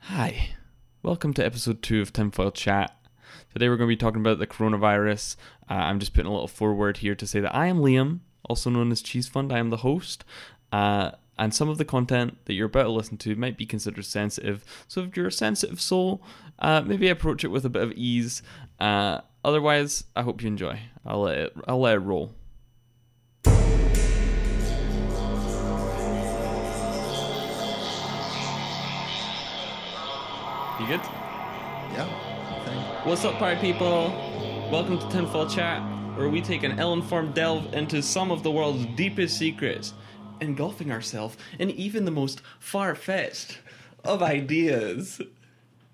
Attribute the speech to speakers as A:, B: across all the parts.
A: Hi, welcome to episode two of Tinfoil Chat. Today we're going to be talking about the coronavirus. Uh, I'm just putting a little forward here to say that I am Liam, also known as Cheese Fund. I am the host, uh, and some of the content that you're about to listen to might be considered sensitive. So if you're a sensitive soul, uh, maybe approach it with a bit of ease. Uh, otherwise, I hope you enjoy. I'll let it, I'll let it roll. You good?
B: Yeah. I
A: What's up, party people? Welcome to Tenfold Chat, where we take an ill-informed delve into some of the world's deepest secrets, engulfing ourselves in even the most far-fetched of ideas.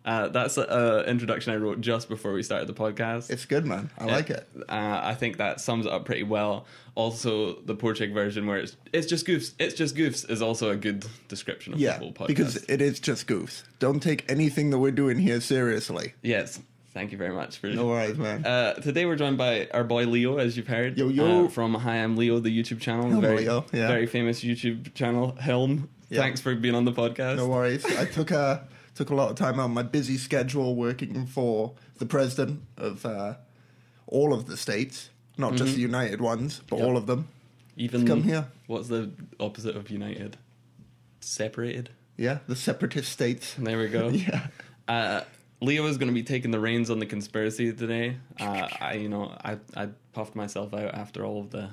A: Uh, that's an introduction I wrote just before we started the podcast.
B: It's good, man. I like it.
A: Uh, I think that sums it up pretty well. Also, the Portuguese version where it's it's just goofs, it's just goofs is also a good description of the
B: Yeah,
A: whole podcast.
B: because it is just goofs. Don't take anything that we're doing here seriously.
A: yes, thank you very much for
B: No worries, man.
A: Uh, today we're joined by our boy Leo, as you've heard.
B: Yo, yo.
A: uh, from Hi I'm Leo, the YouTube channel, the
B: Hello,
A: very,
B: Leo, yeah.
A: very famous YouTube channel. Helm,
B: Yeah.
A: thanks for being on the podcast.
B: no worries. I took a took a lot of time out of my busy schedule working for the president of uh, all of the states, not
A: Mm-hmm.
B: just the United ones, but all of them.
A: Even
B: come here.
A: What's the opposite of united? Separated.
B: Yeah, the separatist states.
A: There we go.
B: Yeah.
A: Uh, Leo is going to be taking the reins on the conspiracy today. Uh, I, you know, I, I puffed myself out after all of the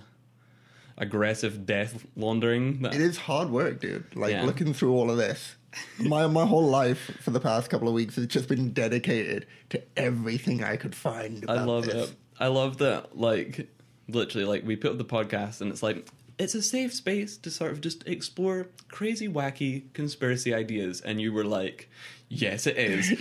A: aggressive death laundering. That
B: It is hard work, dude. Like
A: Yeah.
B: looking through all of this. My my whole life for the past couple of weeks has just been dedicated to everything I could find. About
A: I love
B: this.
A: it. I love that, like, literally, like, we put up the podcast and it's like, it's a safe space to sort of just explore crazy, wacky conspiracy ideas. And you were like, yes, it is.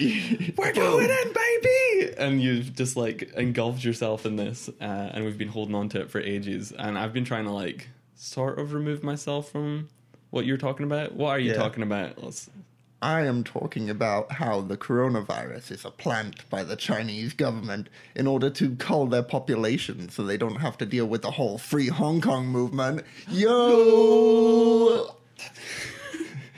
A: we're going in, baby! And you've just, like, engulfed yourself in this. Uh, and we've been holding on to it for ages. And I've been trying to, like, sort of remove myself from what you're talking about. What are you
B: Yeah.
A: talking about? Let's-
B: I am talking about how the coronavirus is a plant by the Chinese government in order to cull their population so they don't have to deal with the whole free Hong Kong movement. Yo!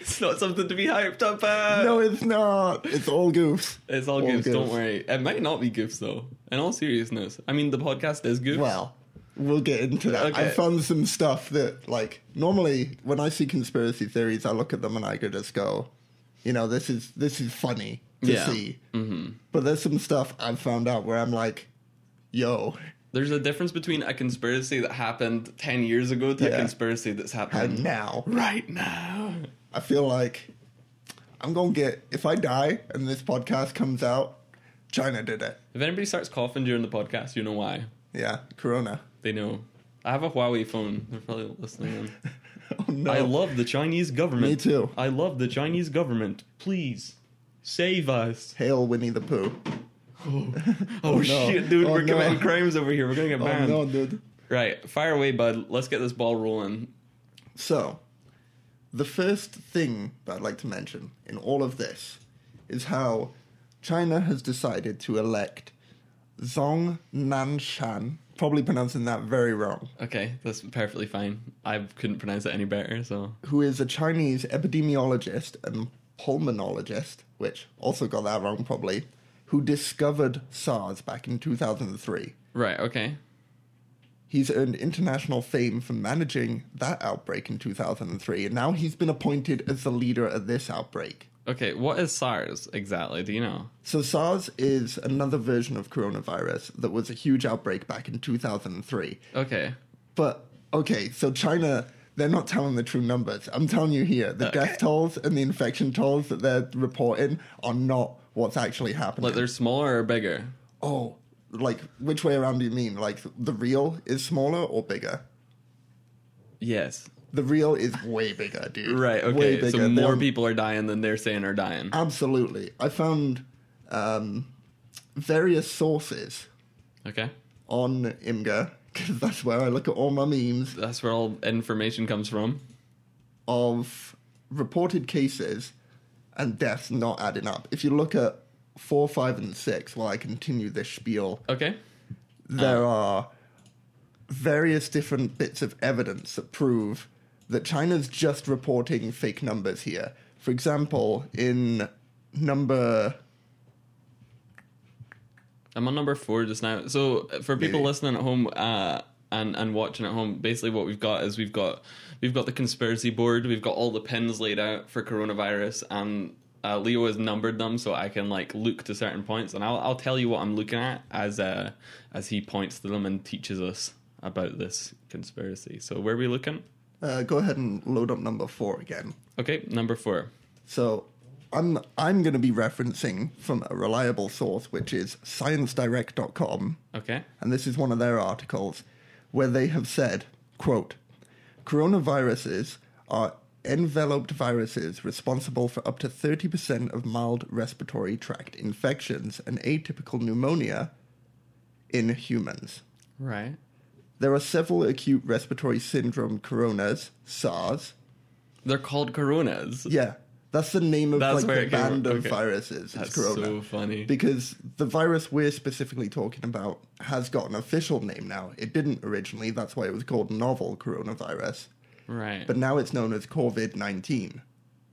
A: It's not something to be hyped up about.
B: No, it's not. It's all goofs.
A: It's all,
B: All
A: gifts,
B: gifts.
A: don't worry. It might not be gifts though. In all seriousness. I mean the podcast is gifts.
B: Well, we'll get into that. I
A: Okay.
B: found some stuff that, like, normally when I see conspiracy theories, I look at them and I could just go, you know, this is this is funny to
A: Yeah.
B: see. Mm-hmm. But there's some stuff I've found out where I'm like, yo,
A: There's a difference between a conspiracy that happened ten years ago to a
B: Yeah.
A: conspiracy that's
B: and
A: happening
B: now
A: right now.
B: I feel like I'm gonna get if I die and this podcast comes out, China did it.
A: If anybody starts coughing during the podcast, you know why.
B: Yeah, Corona.
A: They know. I have a Huawei phone. They're probably listening in.
B: Oh no,
A: I love the Chinese government.
B: Me too.
A: I love the Chinese government. Please save us.
B: hail Winnie the Pooh.
A: Oh,
B: no.
A: shit, dude,
B: Oh,
A: we're
B: no.
A: committing crimes over here. We're gonna get
B: Oh
A: banned.
B: no, dude.
A: Right, fire away, bud. Let's get this ball rolling.
B: So, the first thing that I'd like to mention in all of this is how China has decided to elect Zhong Nanshan. Probably pronouncing that very wrong.
A: Okay, that's perfectly fine. I couldn't pronounce it any better, so
B: who is a Chinese epidemiologist and pulmonologist, which also got that wrong probably, who discovered SARS back in 2003.
A: right, okay.
B: He's earned international fame for managing that outbreak in 2003, and now he's been appointed as the leader of this outbreak.
A: Okay, what is SARS exactly? Do you know?
B: So, SARS is another version of coronavirus that was a huge outbreak back in 2003.
A: Okay.
B: But okay, so China, they're not telling the true numbers. I'm telling you here, the death tolls and the infection tolls that they're reporting are not what's actually happening.
A: Like they're smaller or bigger?
B: oh, like which way around do you mean? Like the real is smaller or bigger?
A: Yes.
B: The real is way bigger, dude.
A: Right,
B: Way
A: okay.
B: bigger.
A: So more
B: They're-
A: people are dying than they're saying are dying.
B: Absolutely. I found um, various sources
A: Okay.
B: on IMGA because that's where I look at all my memes.
A: That's where all information comes from.
B: of reported cases and deaths not adding up. If you look at four, five, and six, while I continue this spiel,
A: Okay.
B: there are various different bits of evidence that prove that China's just reporting fake numbers here. For example, in number.
A: I'm on number four just now. So uh, for people
B: Maybe.
A: listening at home uh, and and watching at home, basically what we've got is we've got we've got the conspiracy board. We've got all the pins laid out for coronavirus, and uh, Leo has numbered them so I can like look to certain points, and I'll I'll tell you what I'm looking at as uh, as he points to them and teaches us about this conspiracy. So where are we looking?
B: Uh, go ahead and load up number four again.
A: Okay, number four.
B: So I'm I'm going to be referencing from a reliable source, which is ScienceDirect.com,
A: Okay.
B: and this is one of their articles where they have said, "quote Coronaviruses are enveloped viruses responsible for up to 30% of mild respiratory tract infections and atypical pneumonia in humans."
A: Right.
B: There are several acute respiratory syndrome coronas, SARS.
A: They're called coronas.
B: Yeah, that's the name of
A: That's
B: like
A: where
B: the
A: it came
B: band
A: from.
B: of
A: Okay.
B: viruses.
A: That's
B: it's corona.
A: so funny.
B: because the virus we're specifically talking about has got an official name now. It didn't originally, that's why it was called novel coronavirus.
A: right.
B: But now it's known as COVID 19.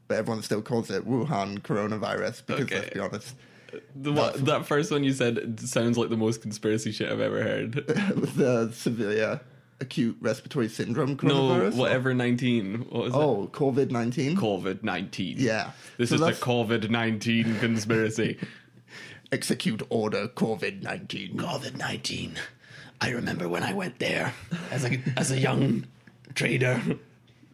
B: But everyone still calls it Wuhan coronavirus because, let's
A: Okay.
B: be honest,
A: The one, that first one you said sounds like the most conspiracy shit I've ever heard.
B: the severe acute respiratory syndrome
A: No,
B: coronavirus.
A: whatever nineteen. What was it?
B: Oh, COVID 19?
A: COVID nineteen.
B: Yeah.
A: This
B: So
A: is the
B: that's-
A: COVID nineteen conspiracy.
B: Execute order COVID 19.
A: COVID nineteen. I remember when I went there as a as a young trader.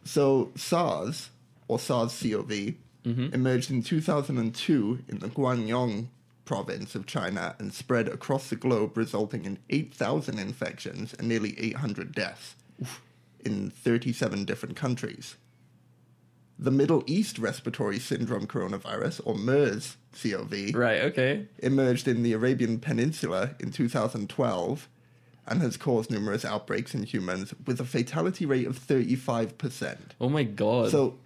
B: So SARS or SARS-CoV
A: Mm-hmm.
B: emerged in 2002 in the Guangdong province of China and spread across the globe, resulting in 8,000 infections and nearly 800 deaths in 37 different countries. The Middle East Respiratory Syndrome Coronavirus, or MERS-CoV,
A: Right. Okay.
B: emerged in the Arabian Peninsula in 2012 and has caused numerous outbreaks in humans with a fatality rate of 35%.
A: Oh my god.
B: So,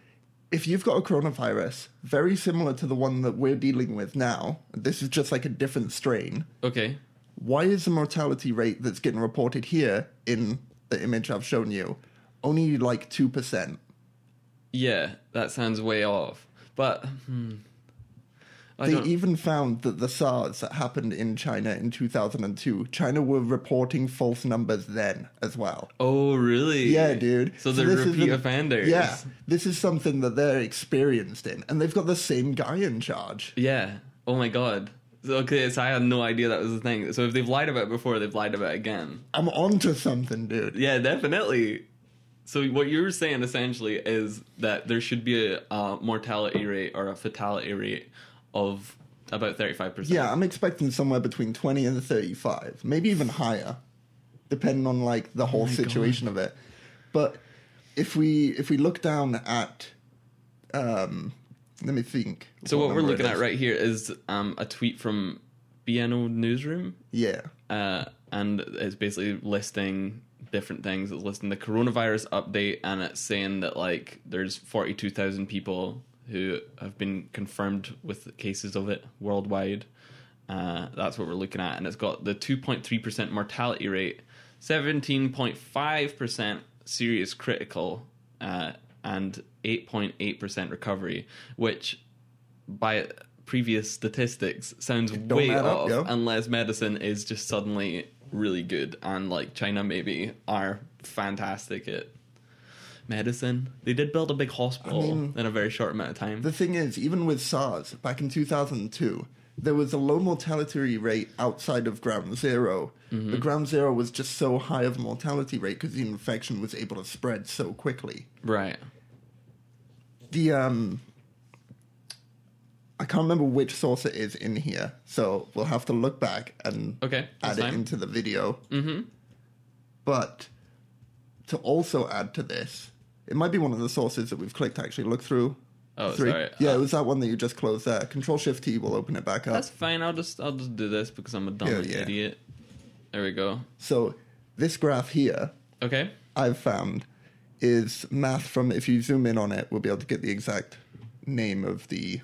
B: if you've got a coronavirus very similar to the one that we're dealing with now, this is just like a different strain.
A: okay.
B: Why is the mortality rate that's getting reported here in the image I've shown you only like 2%?
A: Yeah, that sounds way off. But hmm, I
B: They
A: don't.
B: even found that the SARS that happened in China in 2002, China were reporting false numbers then as well.
A: oh really?
B: Yeah, dude.
A: So they're
B: this is
A: repeat
B: the-
A: offenders.
B: Yeah, this is something that they're experienced in, and they've got the same guy in charge.
A: Yeah. Oh my god. So, Okay, so I had no idea that was the thing. So if they've lied about it before, they've lied about it again.
B: I'm onto something, dude.
A: Yeah, definitely. So what you're saying essentially is that there should be a uh, mortality rate or a fatality rate of about 35%.
B: Yeah, I'm expecting somewhere between 20 and 35, maybe even higher, depending on like
A: Oh
B: the whole situation of it. But if we if we look down at um let me think.
A: So what we're
B: number it
A: looking at
B: is.
A: right here is um, a tweet from BNO Newsroom.
B: Yeah.
A: uh, and it's basically listing different things. It's listing the coronavirus update, and it's saying that like there's forty two thousand people who have been confirmed with cases of it worldwide. Uh, that's what we're looking at, and it's got the two point three percent mortality rate, seventeen point five percent serious critical, uh, and eight point eight percent recovery, which by previous statistics sounds
B: don't
A: way
B: add up,
A: off
B: yo.
A: unless medicine is just suddenly really good and like China maybe are fantastic at medicine. They did build a big hospital
B: mean-
A: in a very short amount of time.
B: The thing is, even with SARS back in 2002, there was a low mortality rate outside of ground 0
A: Mm-hmm.
B: But ground zero was just so high of a mortality rate because the infection was able to spread so quickly.
A: right.
B: the um I can't remember which source it is in here, so we'll have to look back and
A: Okay.
B: add
A: That's
B: it
A: fine.
B: into the video. Mm-hmm. But to also add to this, it might be one of the sources that we've clicked actually look through.
A: Oh, sorry.
B: Yeah, it was that one that you just closed there. Control Shift T will open it back up.
A: That's fine. I'll just I'll just do this because I'm a dumb
B: Yeah, yeah.
A: idiot. There we go.
B: So this graph here
A: Okay.
B: I've found is math from if you zoom in on it, we'll be able to get the exact name of the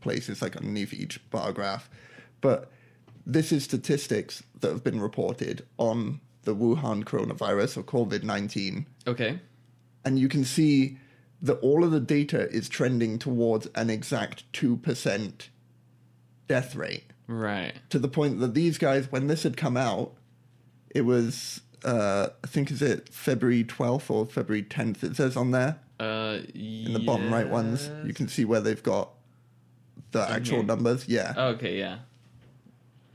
B: places like underneath each bar graph. But this is statistics that have been reported on the Wuhan coronavirus or COVID 19.
A: Okay.
B: And you can see that all of the data is trending towards an exact 2% death rate
A: Right.
B: to the point that these guys, when this had come out, it was, uh, I think, is it February 12th or February 10th? It says on there
A: Uh,
B: in the bottom right ones. You can see where they've got the actual
A: here. Uh,
B: numbers. Yeah.
A: Okay, yeah.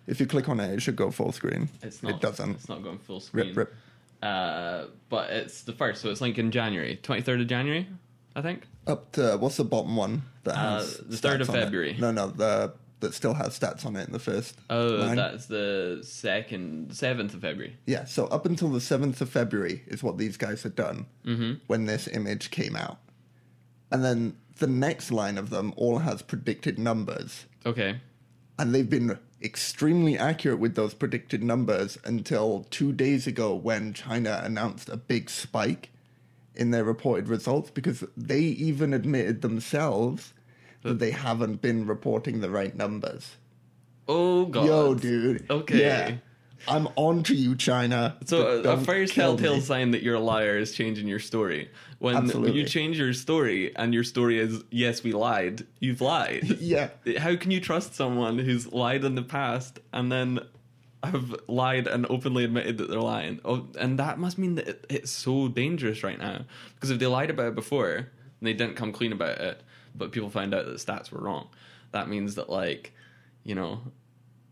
B: If you click on it, it should go full screen.
A: It's not.
B: It doesn't.
A: It's not going full screen.
B: Rip, rip.
A: Uh, but it's the first, so it's like in January, twenty third of January, I think.
B: Up to what's the bottom one that
A: Uh,
B: has
A: the third of
B: stats on it?
A: February.
B: No, no, the that still has stats on it in the first.
A: Oh,
B: line.
A: that's the second, seventh of February.
B: Yeah, so up until the 7th of February is what these guys had done
A: Mm-hmm.
B: when this image came out. And then the next line of them all has predicted numbers.
A: Okay.
B: And they've been extremely accurate with those predicted numbers until two days ago when China announced a big spike in their reported results because they even admitted themselves that they haven't been reporting the right numbers.
A: Oh god.
B: Yo, dude.
A: Okay.
B: Yeah. I'm on to you, China.
A: So uh,
B: but
A: a, a
B: don't
A: first
B: kill me.
A: telltale sign that you're a liar is changing your story. When
B: Absolutely.
A: you change your story and your story is yes we lied, you've lied.
B: Yeah.
A: How can you trust someone who's lied in the past and then have lied and openly admitted that they're lying? Oh, and that must mean that it, it's so dangerous right now because if they lied about it before and they didn't come clean about it, but people found out that the stats were wrong, that means that like, you know,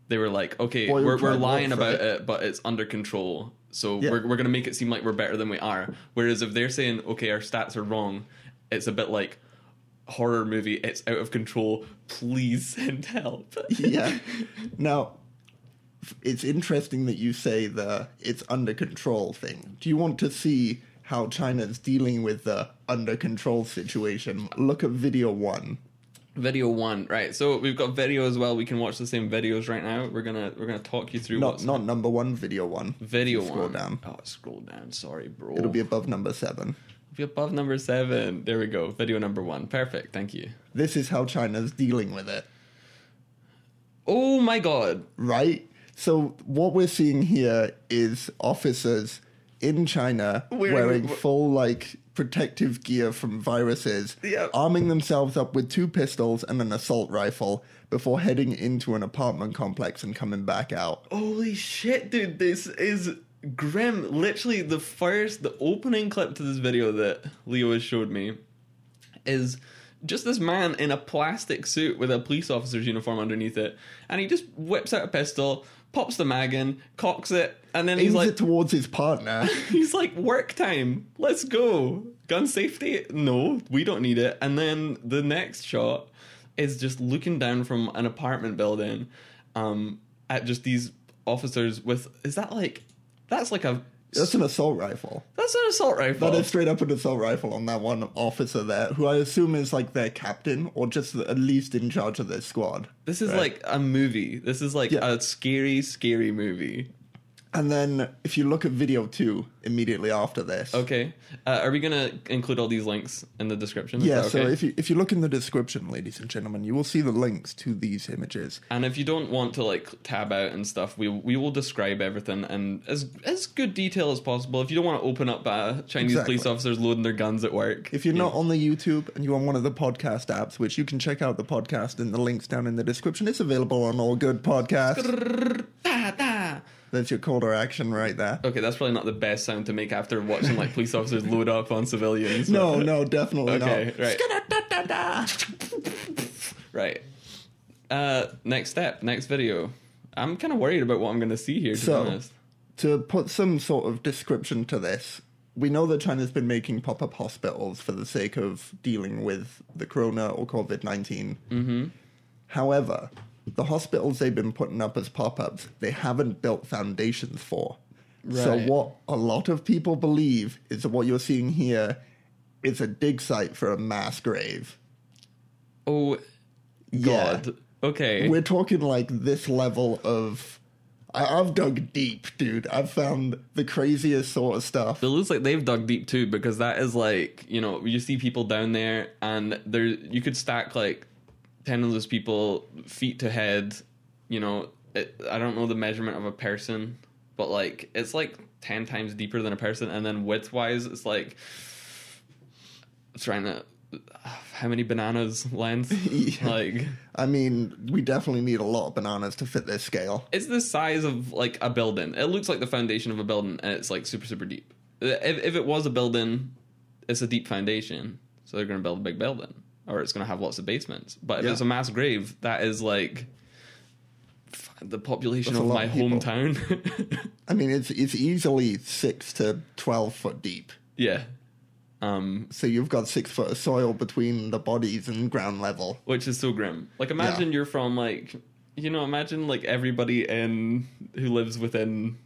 A: they were like, okay,
B: Boy,
A: we're,
B: we
A: we're
B: tried
A: lying
B: both,
A: about
B: right?
A: it, but it's under control. So
B: Yeah.
A: we're, we're going to make it seem like we're better than we are. Whereas if they're saying, okay, our stats are wrong, it's a bit like horror movie. It's out of control. Please send help.
B: yeah. Now, f- it's interesting that you say the it's under control thing. Do you want to see how China's dealing with the under control situation? Look at video one.
A: video one, right? So we've got video as well. We can watch the same videos right now. We're gonna we're gonna talk you through
B: Not
A: what's
B: not number one, video one. If
A: video
B: you Scroll
A: one.
B: down.
A: Oh, scroll down. Sorry, bro.
B: It'll be above number seven.
A: It'll be above number seven. There we go. Video number one. Perfect. Thank you.
B: This is how China's dealing with it.
A: Oh my god.
B: right? So what we're seeing here is officers in China
A: Wearing-
B: wearing, full like protective gear from viruses,
A: Yeah.
B: arming themselves up with two pistols and an assault rifle before heading into an apartment complex and coming back out.
A: Holy shit, dude, this is grim. Literally, the first, the opening clip to this video that Leo has showed me is just this man in a plastic suit with a police officer's uniform underneath it, and he just whips out a pistol, pops the mag in, cocks it, and then he's
B: Aims
A: like,
B: it towards his partner.
A: he's like, work time, let's go. Gun safety? No, we don't need it. And then the next shot is just looking down from an apartment building um, at just these officers with. Is that like. That's like a.
B: That's an assault rifle.
A: That's an assault rifle.
B: That is straight up an assault rifle on that one officer there, who I assume is like their captain or just at least in charge of their squad.
A: this is
B: right?
A: like a movie. This is like
B: Yeah.
A: a scary, scary movie.
B: And then if you look at video two immediately after this.
A: Okay. Uh, are we going to include all these links in the description? Is
B: Yeah,
A: that
B: so
A: okay?
B: if you if you look in the description, ladies and gentlemen, you will see the links to these images.
A: And if you don't want to like tab out and stuff, we we will describe everything in as as good detail as possible. If you don't want to open up uh, Chinese
B: Exactly.
A: police officers loading their guns at work,
B: If you're not on the YouTube and you're on one of the podcast apps, which you can check out the podcast in the links down in the description, it's available on all good podcasts.
A: Da, da.
B: That's your call to action right there.
A: okay, that's probably not the best sound to make after watching like police officers load up on civilians.
B: No, no, definitely
A: okay,
B: not.
A: right, right. Uh, next step, next video. I'm kind of worried about what I'm going to see here. To
B: So-
A: be honest,
B: To put some sort of description to this, we know that China's been making pop up hospitals for the sake of dealing with the corona or COVID 19.
A: Mm-hmm.
B: However, the hospitals they've been putting up as pop ups, they haven't built foundations for. So,
A: Right.
B: what a lot of people believe is that what you're seeing here is a dig site for a mass grave.
A: oh
B: Yeah.
A: god. Okay.
B: We're talking like this level of. I, I've dug deep, dude. I've found the craziest sort of stuff.
A: It looks like they've dug deep too, because that is like you know you see people down there, and there you could stack like ten of those people feet to head. You know, it, I don't know the measurement of a person, but like it's like ten times deeper than a person, and then width wise, it's like trying to how many bananas length?
B: Yeah.
A: Like
B: I mean, we definitely need a lot of bananas to fit this scale.
A: it's the size of like a building. It looks like the foundation of a building, and it's like super super deep. If if it was a building, it's a deep foundation, so they're gonna build a big building, or it's gonna have lots of basements. But if
B: Yeah.
A: it's a mass grave, that is like f- the population
B: That's a
A: of
B: lot
A: my
B: of people.
A: hometown.
B: I mean, it's it's easily six to twelve foot deep.
A: yeah. Um,
B: So you've got six foot of soil between the bodies and ground level.
A: which is so grim. Like imagine you're from like you know, imagine like everybody in who lives within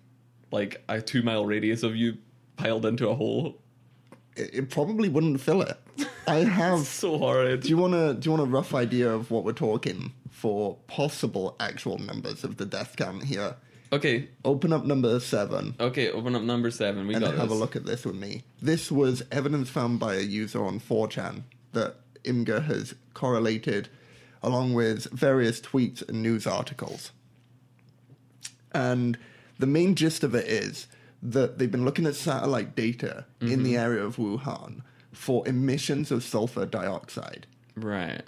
A: like a two mile radius of you piled into a hole.
B: It, it probably wouldn't fill it. I have.
A: So horrid.
B: Do you want to do you want a rough idea of what we're talking for possible actual numbers of the death count here?
A: okay,
B: Open up number seven
A: okay, open up number seven. We
B: and
A: got
B: have
A: this.
B: a look at this with me. This was evidence found by a user on 4chan that Imga has correlated along with various tweets and news articles. And the main gist of it is that they've been looking at satellite data in the
A: Mm-hmm.
B: area of Wuhan for emissions of sulfur dioxide.
A: Right.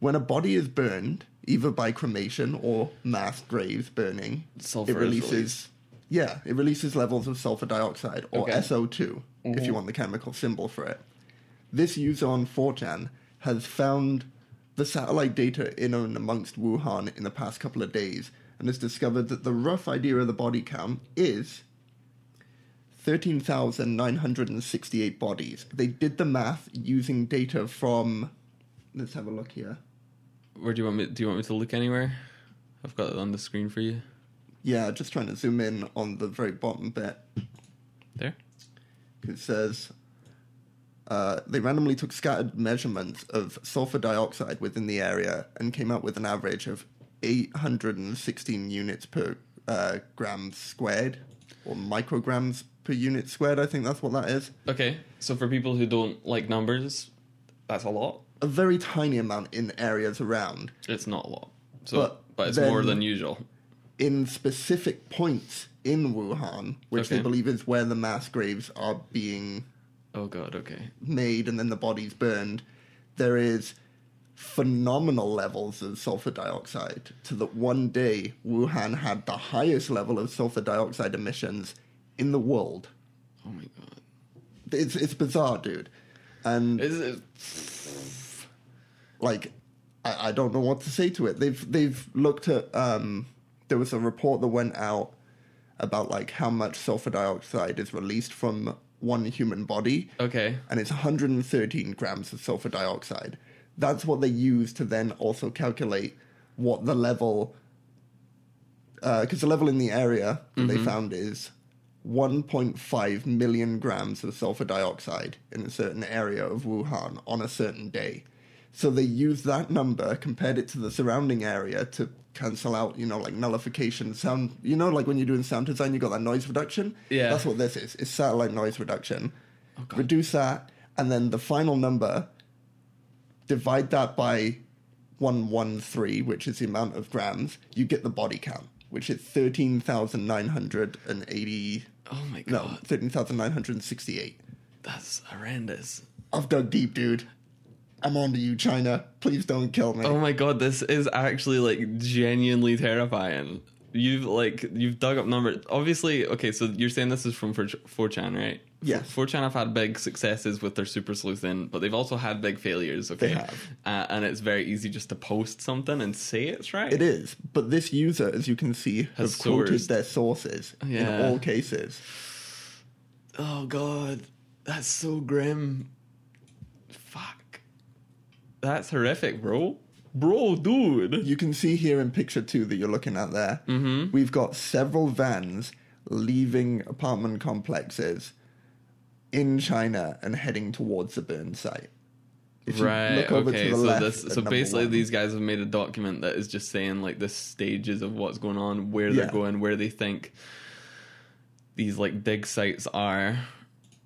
B: When a body is burned, either by cremation or mass graves burning,
A: Sulfur
B: it
A: is
B: releases
A: released.
B: yeah, it releases levels of sulfur dioxide or
A: Okay.
B: SO2 if you want the chemical symbol for it. This user on 4chan has found the satellite data in and amongst Wuhan in the past couple of days and has discovered that the rough idea of the body count is 13,968 bodies. They did the math using data from. Let's have a look here.
A: Where do you want me do you want me to look anywhere? I've got it on the screen for you.
B: Yeah, just trying to zoom in on the very bottom bit.
A: There?
B: It says uh, they randomly took scattered measurements of sulfur dioxide within the area and came up with an average of 816 units per uh, gram squared or micrograms per unit squared. I think that's what that is.
A: Okay. So for people who don't like numbers, that's a lot.
B: A very tiny amount in areas around.
A: It's not a lot. So
B: But
A: but, it's
B: then-
A: more than usual.
B: in specific points in Wuhan, which they
A: Okay.
B: believe is where the mass graves are being
A: Oh god, okay.
B: made and then the bodies burned, there is phenomenal levels of sulfur dioxide to that one day Wuhan had the highest level of sulfur dioxide emissions in the world.
A: Oh my god.
B: It's it's bizarre, dude. And
A: Is it
B: like I, I don't know what to say to it. They've they've looked at um there was a report that went out about like how much sulfur dioxide is released from one human body
A: okay.
B: and it's 113 grams of sulfur dioxide. That's what they use to then also calculate what the level, because uh, the level in the area that they found is 1.5 million grams of sulfur dioxide in a certain area of Wuhan on a certain day. So they used that number, compared it to the surrounding area to cancel out, you know, like nullification sound. You know, like when you're doing sound design, you got that noise reduction.
A: Yeah.
B: That's what this is. It's satellite noise reduction. Reduce that, and then the final number, divide that by 113, which is the amount of grams, you get the body count, which is 13,980.
A: Oh my god.
B: No, 13,968.
A: That's horrendous.
B: I've dug deep, dude. I'm on to you, China. Please don't kill me.
A: Oh my god, this is actually like genuinely terrifying. You've like you've dug up numbers. Obviously, okay, so you're saying this is from 4chan, right?
B: Yes.
A: 4chan have had big successes with their super sleuthing, but they've also had big failures, okay?
B: have.
A: Uh, and it's very easy just to post something and say it's right.
B: It is, but this user, as you can see, has
A: Has
B: quoted
A: sourced.
B: their sources in
A: Yeah.
B: all cases.
A: Oh god, that's so grim. Fuck. That's horrific, bro. Bro, dude.
B: You can see here in picture two that you're looking at there. Mm-hmm. We've got several vans leaving apartment complexes in China and heading towards the burn site. If you
A: Right.
B: look over to
A: Okay.
B: the
A: So
B: left
A: this.
B: at
A: So
B: number
A: basically,
B: one-
A: these guys have made a document that is just saying like the stages of what's going on, where
B: Yeah.
A: they're going, where they think these like dig sites are,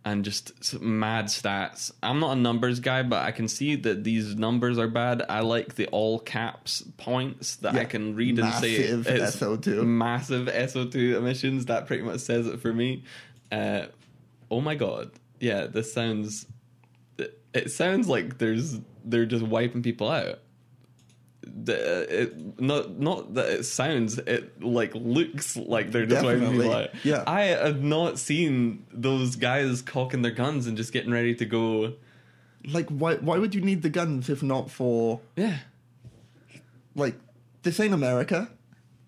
A: and just s- mad stats. I'm not a numbers guy, but I can see that these numbers are bad. I like the all caps points that I
B: Yeah.
A: can read and say
B: Massive
A: it's
B: SO2.
A: massive SO2 emissions. That pretty much says it for me. Uh, oh my god. Yeah, this sounds. It sounds like there's they're just wiping people out. The, it, not not that it sounds it like looks like they're just wiping people
B: Definitely,
A: out.
B: yeah.
A: I have not seen those guys cocking their guns and just getting ready to go.
B: Like, why why would you need the guns if not for
A: Yeah,
B: like this ain't America?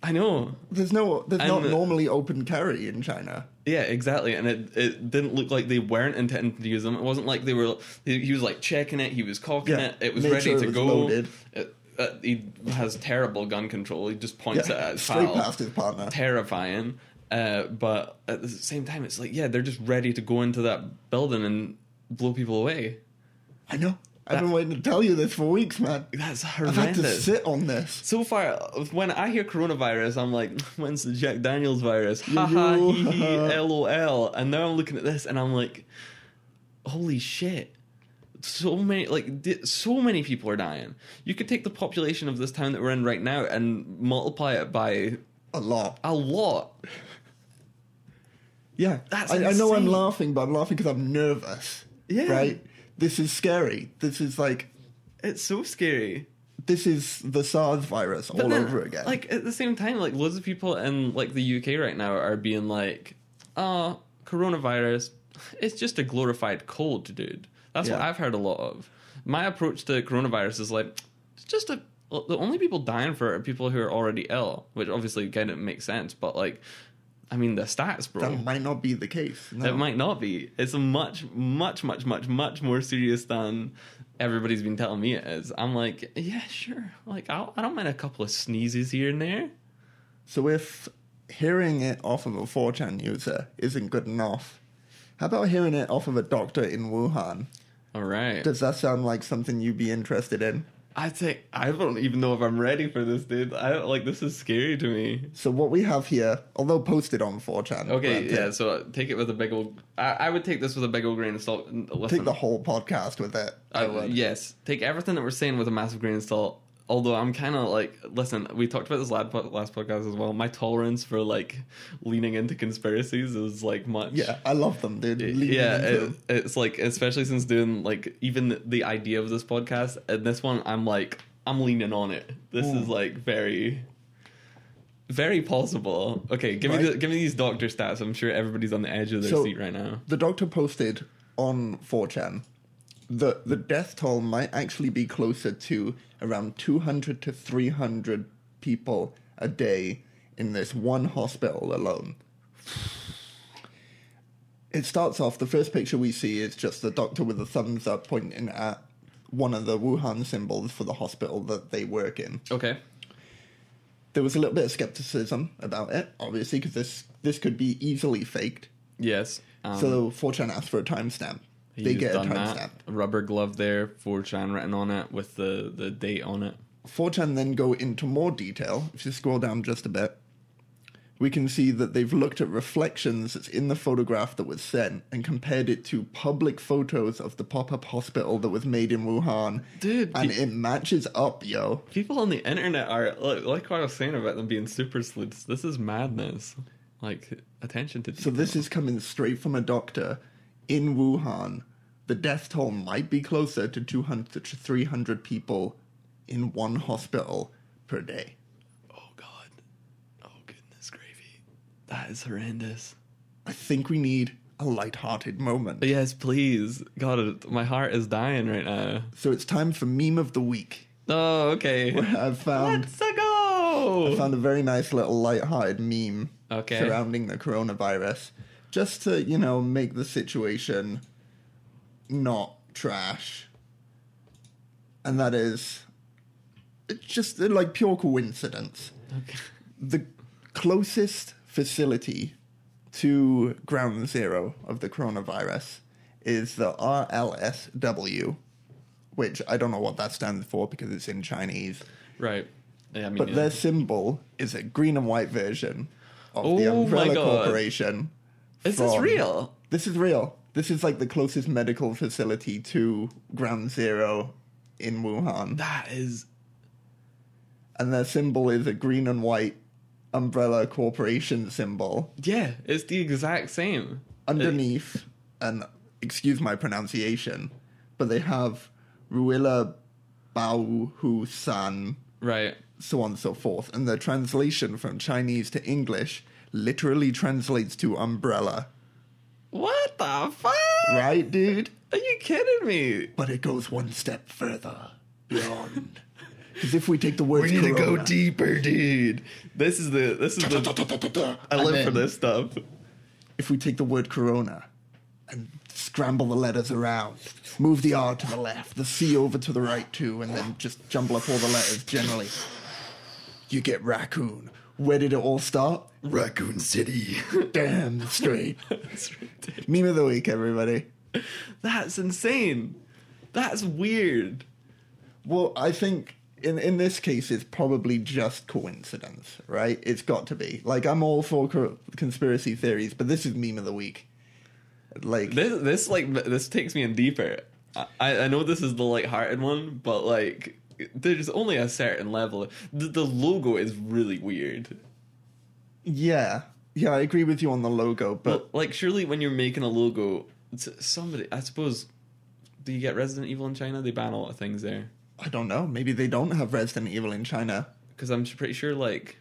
A: I know.
B: There's no there's not
A: And-
B: normally open carry in China.
A: Yeah, exactly. And it, it didn't look like they weren't intending to use them. It wasn't like they were. He, he was like checking it. He was cocking
B: Yeah,
A: it. It was
B: made
A: ready
B: sure it
A: to
B: was
A: go.
B: loaded.
A: It- uh, he has terrible gun control. He just points it at his
B: straight
A: pal.
B: past his partner.
A: Terrifying. Uh, but at the same time, it's like yeah, they're just ready to go into that building and blow people away.
B: I know. I've been waiting to tell you this for weeks, man.
A: That's
B: I've had to
A: horrendous.
B: sit on this.
A: So far, when I hear coronavirus, I'm like, when's the Jack Daniels virus? Ha ha
B: Yo, yo,
A: hee hee,
B: haha.
A: lol. And now I'm looking at this and I'm like, holy shit. So many, like, di- so many people are dying. You could take the population of this town that we're in right now and multiply it by
B: A lot.
A: a lot.
B: Yeah,
A: That's
B: I, I know I'm
A: insane.
B: laughing, but I'm laughing because I'm nervous.
A: Yeah.
B: right. This is scary. This is like
A: It's so scary.
B: this is the SARS virus all
A: then,
B: over again.
A: Like at the same time, like loads of people in like the UK right now are being like, "Oh, coronavirus, it's just a glorified cold, dude." That's what
B: Yeah.
A: I've heard a lot of. My approach to coronavirus is like, it's just a. The only people dying for it are people who are already ill, which obviously kind of makes sense. But like, I mean, the stats, bro.
B: that might not be the case. No.
A: It might not be. It's much, much, much, much, much more serious than everybody's been telling me it is. I'm like, yeah, sure. Like, I'll, I don't mind a couple of sneezes here and there.
B: So if hearing it off of a 4chan user isn't good enough, how about hearing it off of a doctor in Wuhan?
A: All right.
B: Does that sound like something you'd be interested in?
A: I think I don't even know if I'm ready for this, dude. I don't like this is scary to me.
B: So what we have here, although posted on 4chan,
A: Okay,
B: granted,
A: yeah. So take it with a big old. I, I would take this with a big old grain of salt. N- Listen,
B: take the whole podcast with it. I
A: Uh,
B: would.
A: Yes, take everything that we're saying with a massive grain of salt. Although I'm kind of like, listen, we talked about this last, po- last podcast as well. My tolerance for like leaning into conspiracies is like much.
B: Yeah, I love them, dude. Lean
A: Yeah,
B: into
A: it,
B: them.
A: it's like especially since doing like even the idea of this podcast and this one, I'm like I'm leaning on it. This is like very, very possible. Okay, give me
B: Right.
A: the, give me these doctor stats. I'm sure everybody's on the edge of their
B: So-
A: seat right now.
B: the doctor posted on 4chan that the death toll might actually be closer to around 200 to 300 people a day in this one hospital alone. It starts off, the first picture we see is just the doctor with a thumbs up pointing at one of the Wuhan symbols for the hospital that they work in
A: Okay,
B: there was a little bit of skepticism about it, obviously, because this this could be easily faked.
A: yes. Um,
B: so 4chan asked for a timestamp.
A: He's
B: They get a
A: done that.
B: timestamp.
A: Rubber glove there, 4chan written on it with the, the date on it.
B: 4chan then go into more detail. If you scroll down just a bit, we can see that they've looked at reflections that's in the photograph that was sent and compared it to public photos of the pop-up hospital that was made in Wuhan.
A: Dude,
B: and
A: pe-
B: it matches up, yo.
A: people on the internet are like, like what I was saying about them being super sleuths. This is madness. Like attention to
B: So this is coming straight from a doctor in Wuhan. The death toll might be closer to 200 to 300 people in one hospital per day.
A: oh god, oh goodness gravy, that is horrendous.
B: I think we need a light-hearted moment.
A: Yes, please, God, it- my heart is dying right now.
B: So it's time for meme of the week.
A: Oh, okay.
B: I've found
A: Let's go.
B: found a very nice little light-hearted meme
A: Okay.
B: surrounding the coronavirus, just to you know make the situation not trash. And that is it's just uh, like pure coincidence.
A: Okay.
B: The closest facility to ground zero of the coronavirus is the RLSW, which I don't know what that stands for because it's in Chinese.
A: Right. Yeah, I mean,
B: But
A: yeah.
B: their symbol is a green and white version of the
A: Oh my
B: Umbrella
A: God.
B: Corporation.
A: is this
B: from-
A: real?
B: This is real. This is like the closest medical facility to Ground Zero in Wuhan.
A: That is
B: And their symbol is a green and white Umbrella Corporation symbol.
A: yeah. It's the exact same.
B: Underneath, and excuse my pronunciation, but they have Ruila Bao Hu San,
A: Right.
B: so on and so forth. And the translation from Chinese to English literally translates to umbrella.
A: What the fuck?
B: Right, dude?
A: Are you kidding me?
B: But it goes one step further beyond. Because if we take the words,
A: We need to go deeper, dude. This is the this is the I live for this stuff.
B: if we take the word corona and scramble the letters around, move the R to the left, the C over to the right too, and then just jumble up all the letters generally, you get raccoon. Where did it all start?
A: Raccoon City.
B: Damn straight. Meme of the week, everybody.
A: That's insane. That's weird.
B: Well, I think in in this case, it's probably just coincidence, right? It's got to be. Like, I'm all for co- conspiracy theories, but this is meme of the week. Like,
A: This this like this takes me in deeper. I I know this is the light-hearted one, but like there's only a certain level. The, the logo is really weird.
B: yeah, yeah, I agree with you on the logo, but
A: But like surely when you're making a logo, it's somebody I suppose do you get Resident Evil in China? They ban a lot of things there.
B: I don't know. Maybe they don't have Resident Evil in China.
A: because I'm pretty sure like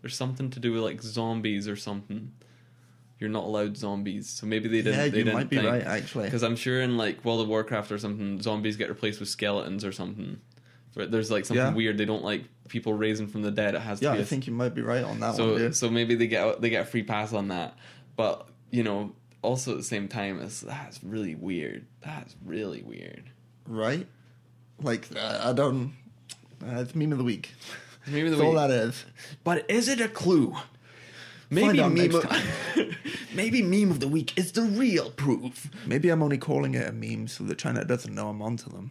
A: there's something to do with like zombies or something. You're not allowed zombies, so maybe they didn't.
B: yeah,
A: they
B: you
A: didn't
B: might be right, actually.
A: Because I'm sure in like World of Warcraft or something, zombies get replaced with skeletons or something. But There's like something
B: Yeah.
A: weird. They don't like people raising from the dead. It has
B: Yeah,
A: to be.
B: I
A: a-
B: think you might be right on that
A: so
B: one. Dude.
A: so maybe they get they get a free pass on that. But you know, also at the same time, it's that's really weird. That's really weird.
B: Right? Like, I I don't. Uh, it's meme of the week.
A: Maybe the
B: That's
A: way,
B: all that is.
A: But is it a clue?
B: Find
A: Maybe
B: out
A: meme
B: next
A: of, maybe meme of the week is the real proof.
B: Maybe I'm only calling it a meme so that China doesn't know I'm onto them.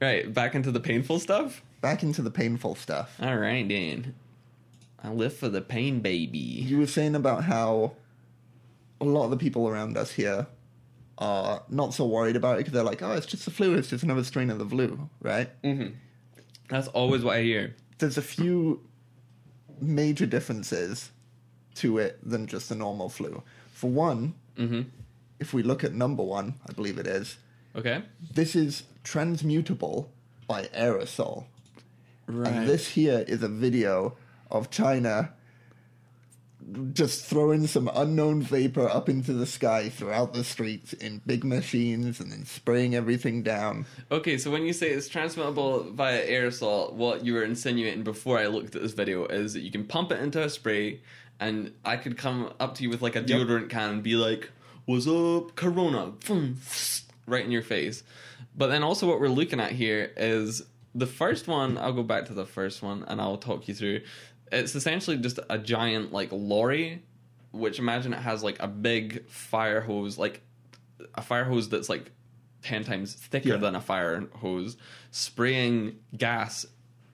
A: Right, back into the painful stuff.
B: Back into the painful stuff.
A: All right, Dan. I live for the pain, baby.
B: You were saying about how a lot of the people around us here are not so worried about it because they're like, oh, it's just the flu, it's just another strain of the flu, right?
A: That's always what I hear.
B: there's a few major differences to it than just the normal flu. For one,
A: Mm-hmm.
B: if we look at number one, I believe it is,
A: Okay.
B: this is transmutable by aerosol.
A: Right.
B: And this here is a video of China just throwing some unknown vapor up into the sky throughout the streets in big machines and then spraying everything down.
A: okay, so when you say it's transmittable via aerosol, what you were insinuating before I looked at this video is that you can pump it into a spray, and I could come up to you with like a deodorant can and be like, "What's up, Corona?" Right in your face. But then also what we're looking at here is the first one. I'll go back to the first one and I'll talk you through. It's essentially just a giant like lorry, which imagine it has like a big fire hose, like a fire hose that's like 10 times thicker
B: Yeah.
A: than a fire hose spraying gas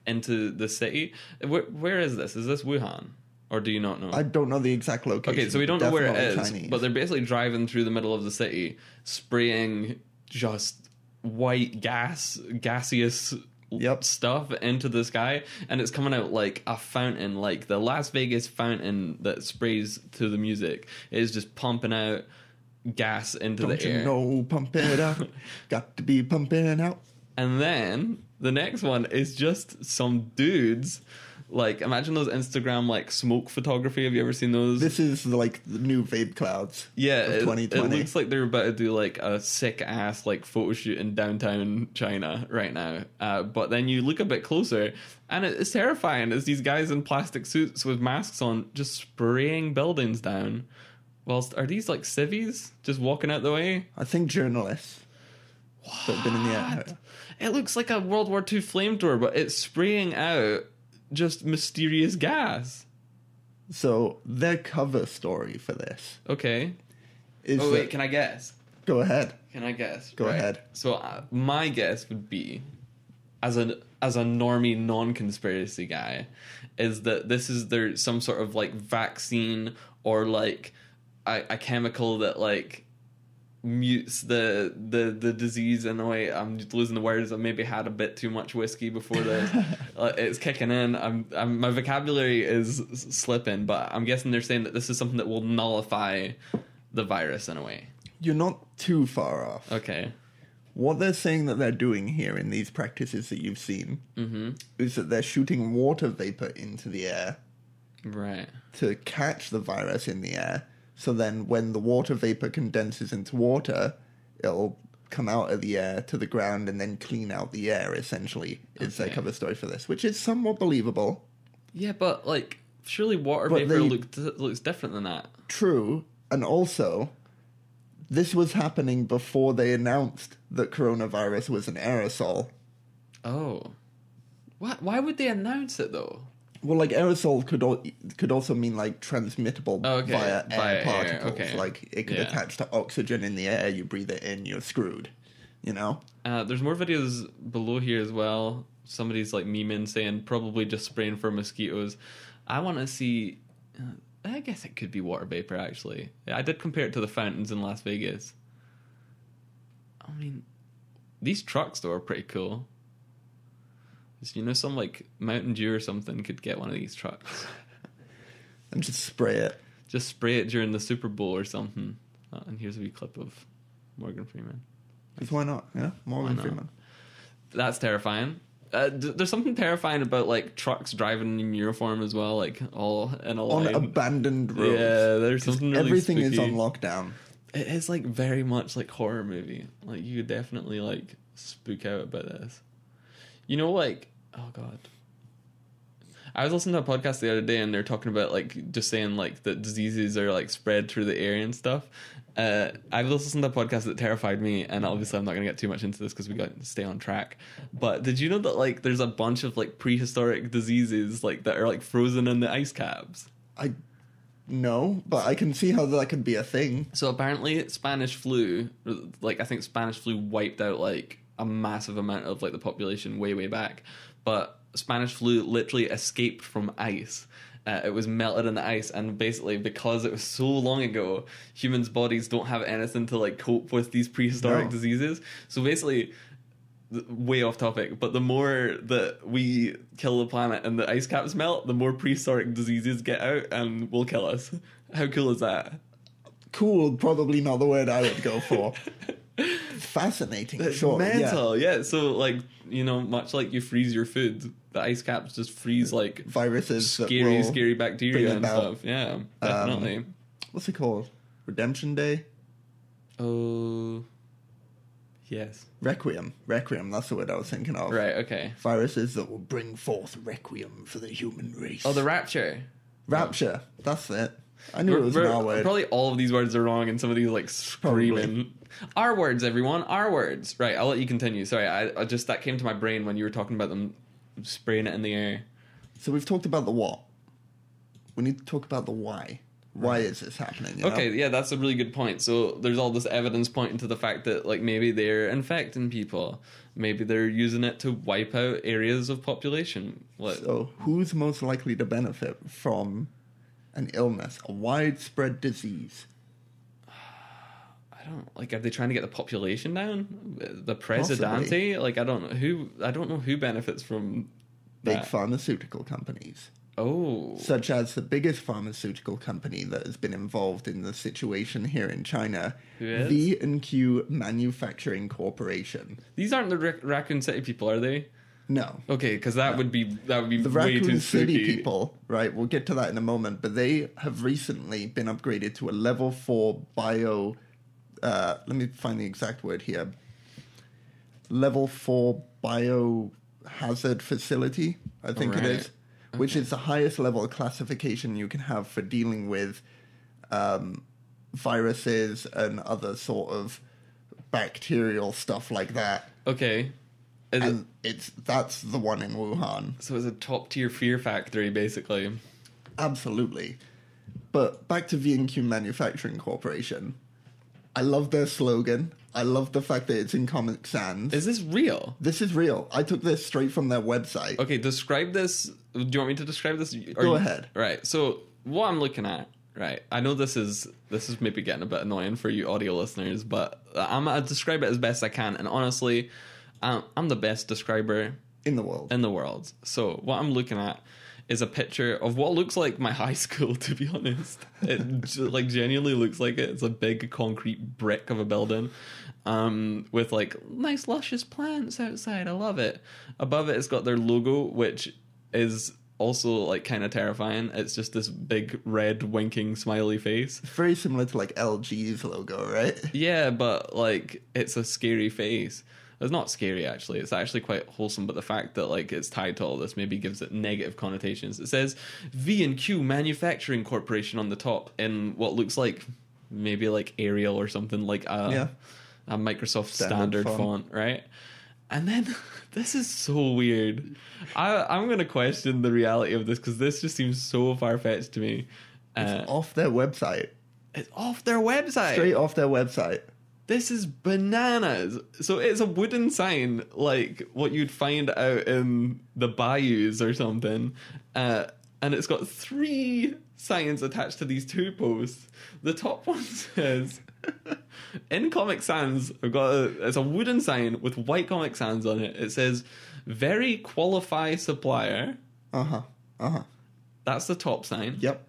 A: into the city where, where is this is this wuhan or do you not know
B: I don't know the exact location.
A: okay so we don't know where it is
B: Definitely Chinese.
A: but they're basically driving through the middle of the city spraying just white gas gaseous
B: Yep.
A: stuff into the sky and it's coming out like a fountain like the las vegas fountain that sprays to the music It is just pumping out gas into
B: Don't
A: the air
B: you know, pump it up. Got to be pumping out.
A: And then the next one is just some dudes. Like, imagine those Instagram like smoke photography. Have you ever seen those?
B: This is like the new vape clouds.
A: yeah,
B: of
A: it, it
B: 2020.
A: looks like they're about to do like a sick ass like photo shoot in downtown China right now. Uh, but then you look a bit closer, and it's terrifying. It's these guys in plastic suits with masks on, just spraying buildings down. Whilst are these like civvies just walking out the way?
B: I think journalists that have been in the air.
A: It looks like a World War II flamethrower, but it's spraying out just mysterious gas.
B: So their cover story for this
A: Okay.
B: is.
A: Oh wait,
B: that-
A: can I guess?
B: go ahead.
A: Can I guess?
B: Go ahead.
A: So uh, my guess would be, as an as a normie non-conspiracy guy, is that this is their some sort of like vaccine or like a, a chemical that like mutes the the the disease in a way. I'm just losing the words. I maybe had a bit too much whiskey before this. uh, it's kicking in. I'm, I'm my vocabulary is s- slipping, but I'm guessing they're saying that this is something that will nullify the virus in a way.
B: You're not too far off.
A: Okay.
B: What they're saying that they're doing here in these practices that you've seen
A: Mm-hmm.
B: is that they're shooting water vapor into the air
A: Right.
B: to catch the virus in the air. So then, when the water vapor condenses into water, it'll come out of the air to the ground and then clean out the air, essentially, is their
A: Okay.
B: cover story for this, which is somewhat believable.
A: Yeah, but like surely water
B: But
A: vapor
B: they-
A: looked, looks different than that.
B: True. And also, this was happening before they announced that coronavirus was an aerosol.
A: Oh. What? Why would they announce it though?
B: Well, like aerosol could al- could also mean like transmittable
A: Oh, Okay,
B: via air
A: via air,
B: particles.
A: okay.
B: Like it could
A: Yeah.
B: attach to oxygen in the air. You breathe it in, you're screwed. You know.
A: Uh, there's more videos below here as well. Somebody's like memeing saying probably just spraying for mosquitoes. I want to see. Uh, I guess it could be water vapor actually. I did compare it to the fountains in Las Vegas. I mean, these trucks though are pretty cool. 'Cause, You know, some like Mountain Dew or something could get one of these trucks.
B: and just spray it.
A: just spray it during the Super Bowl or something. Uh, and here's a wee clip of Morgan Freeman.
B: Because why not? Yeah, Morgan
A: Why not?
B: Freeman.
A: That's terrifying. Uh, d- there's something terrifying about like trucks driving in uniform as well, like all in a
B: On
A: line.
B: abandoned roads.
A: yeah, there's something really
B: Everything is
A: spooky.
B: on lockdown.
A: It is like very much like horror movie. Like you could definitely like spook out about this. You know, like oh god. I was listening to a podcast the other day and they're talking about like just saying like that diseases are like spread through the air and stuff. Uh, I was listening to a podcast that terrified me, and obviously I'm not going to get too much into this because we got to stay on track. But did you know that like there's a bunch of like prehistoric diseases like that are like frozen in the ice caps?
B: I no, but I can see how that could be a thing.
A: So apparently, Spanish flu, like I think Spanish flu wiped out like a massive amount of like the population way way back, but Spanish flu literally escaped from ice. Uh, it was melted in the ice, and basically because it was so long ago, humans' bodies don't have anything to like cope with these prehistoric
B: No.
A: diseases. So basically, th- way off topic, but the more that we kill the planet and the ice caps melt, the more prehistoric diseases get out and will kill us. How cool is that?
B: Cool, probably not the word I would go for. Fascinating,
A: It's
B: sure. Yeah.
A: mental, yeah. So like you know, much like you freeze your food, the ice caps just freeze like
B: Viruses that
A: scary,
B: will,
A: scary
B: bring
A: bacteria and
B: about, um,
A: stuff. Yeah, definitely.
B: What's it called? Redemption Day,
A: oh, yes.
B: Requiem, Requiem. That's the word I was thinking of.
A: Right. Okay.
B: Viruses that will bring forth Requiem for the human race.
A: Oh, the rapture.
B: rapture. That's it. I knew
A: We're-
B: it was
A: we're-
B: an R word.
A: Probably all of these words are wrong, and some of these like screaming. R words, everyone. R words. Right. I'll let you continue. Sorry, I, I just that came to my brain when you were talking about them spraying it in the air.
B: So we've talked about the what. We need to talk about the why. Why is this happening? you know?
A: Okay, yeah, that's a really good point. So there's all this evidence pointing to the fact that like maybe they're infecting people, maybe they're using it to wipe out areas of population. Like,
B: So who's most likely to benefit from an illness, a widespread disease?
A: I don't like. Are they trying to get the population down? The presidente? Like, I don't know who. I don't know who benefits from
B: Big
A: that.
B: pharmaceutical companies,
A: oh,
B: such as the biggest pharmaceutical company that has been involved in the situation here in China,
A: Who is?
B: V and Q Manufacturing Corporation.
A: these aren't the Ra- Raccoon City people, are they?
B: No,
A: Okay, because that would be that would be
B: the
A: way too
B: Raccoon City
A: spooky.
B: people, right? We'll get to that in a moment, but they have recently been upgraded to a level four bio. Uh, let me find the exact word here. Level four biohazard facility, I think it
A: Alright.
B: is, which is the highest level of classification you can have for dealing with um, viruses and other sort of bacterial stuff like that.
A: Okay, Is it-
B: And it's that's the one in Wuhan.
A: so it's a top tier fear factory, basically.
B: Absolutely. But back to V&Q Manufacturing Corporation. I love their slogan. I love the fact that it's in Comic Sans.
A: Is this real?
B: this is real. I took this straight from their website.
A: Okay, describe this. Do you want me to describe this? Are
B: Go
A: you-
B: ahead.
A: Right. So what I'm looking at Right. I know this is this is maybe getting a bit annoying for you audio listeners, but I'm I describe it as best I can, and honestly, I'm, I'm the best describer
B: in the world.
A: in the world. So what I'm looking at is a picture of what looks like my high school. To be honest, it ge- like genuinely looks like it. It's a big concrete brick of a building, um, with like nice luscious plants outside. I love it. Above it, it's got their logo, which is also like kind of terrifying. It's just this big red winking smiley face.
B: Very similar to like LG's logo, right?
A: Yeah, but like it's a scary face. It's not scary actually. It's actually quite wholesome, but the fact that like it's tied to all this maybe gives it negative connotations. It says V and Q Manufacturing Corporation on the top in what looks like maybe like Arial or something like a
B: Yeah.
A: a Microsoft standard,
B: Standard
A: font.
B: font.
A: right? And then this is so weird. I I'm gonna question the reality of this because this just seems so far fetched to me. Uh,
B: off their website.
A: it's off their website.
B: Straight off their website.
A: This is bananas. So it's a wooden sign, like what you'd find out in the bayous or something. Uh, and it's got three signs attached to these two posts. The top one says, in Comic Sans, I've got a, it's a wooden sign with white Comic Sans on it. It says, very qualify supplier.
B: Uh huh. Uh huh.
A: That's the top sign.
B: Yep.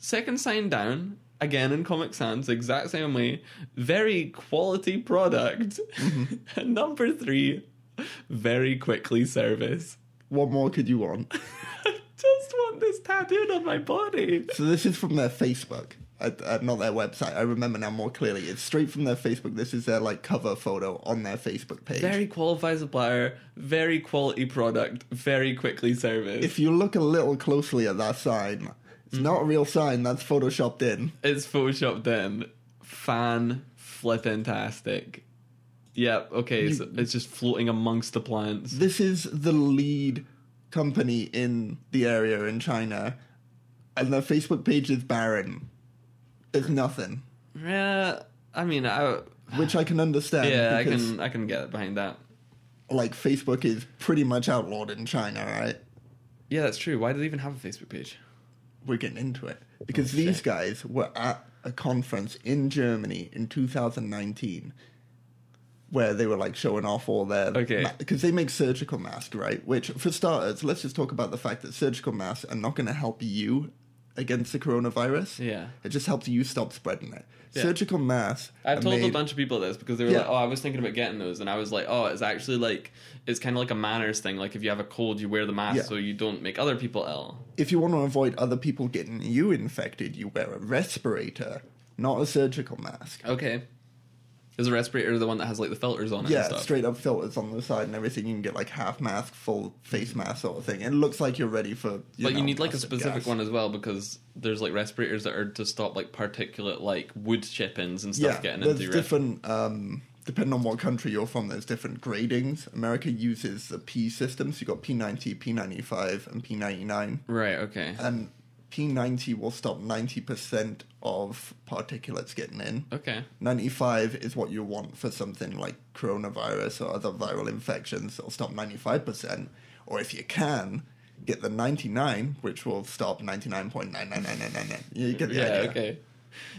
A: Second sign down, again in Comic Sans, the exact same way. Very quality product.
B: Mm-hmm.
A: and number three, very quickly service.
B: What more could you want?
A: I just want this tattooed on my body.
B: So this is from their Facebook, uh, uh, not their website. I remember now more clearly. It's straight from their Facebook. This is their like cover photo on their Facebook page.
A: Very qualified supplier, very quality product, very quickly service.
B: if you look a little closely at that sign, it's not a real sign. That's photoshopped in.
A: it's photoshopped in. Fan flipping tastic. Yep, okay, so it's just floating amongst the plants.
B: This is the lead company in the area in China, and their Facebook page is barren. There's nothing,
A: Yeah, I mean, I.
B: which I can understand.
A: Yeah, I
B: Um, because,
A: can I can get behind that.
B: Like Facebook is pretty much outlawed in China, right?
A: Yeah, that's true. Why do they even have a Facebook page?
B: we're getting into it
A: Oh,
B: because these guys were at a conference in Germany in 2019 where they were like showing off all their
A: Okay.
B: because they make surgical masks right which for starters let's just talk about the fact that surgical masks are not going to help you against the coronavirus
A: Yeah.
B: it just helps you stop spreading it
A: Yeah.
B: surgical masks
A: I've
B: are
A: told a
B: made-
A: bunch of people this because they were
B: Yeah.
A: like, "Oh, I was thinking about getting those," and I was like, "Oh, it's actually like it's kind of like a manners thing. Like if you have a cold, you wear the mask
B: Yeah.
A: so you don't make other people ill."
B: if you want to avoid other people getting you infected you wear a respirator not a surgical mask
A: Okay, is a respirator the one that has like the filters on it? and
B: Yeah,
A: stuff?
B: straight up filters on the side and everything. You can get like half mask, full face mask sort of thing. It looks like you're ready for. You
A: Mm-hmm. But you
B: know,
A: need like a
B: mustard
A: specific
B: gas.
A: one as well because there's like respirators that are to stop like particulate like wood chippings and stuff
B: yeah,
A: getting
B: there's
A: into your
B: different. Um, depending on what country you're from, there's different gradings. America uses the P system, so you got P90, P95, and P99.
A: right. Okay.
B: And P90 will stop 90% of particulates getting in.
A: Okay.
B: 95 is what you want for something like coronavirus or other viral infections. It'll stop 95%. Or if you can, get the 99, which will stop 99.99999. You get the
A: yeah,
B: idea.
A: okay.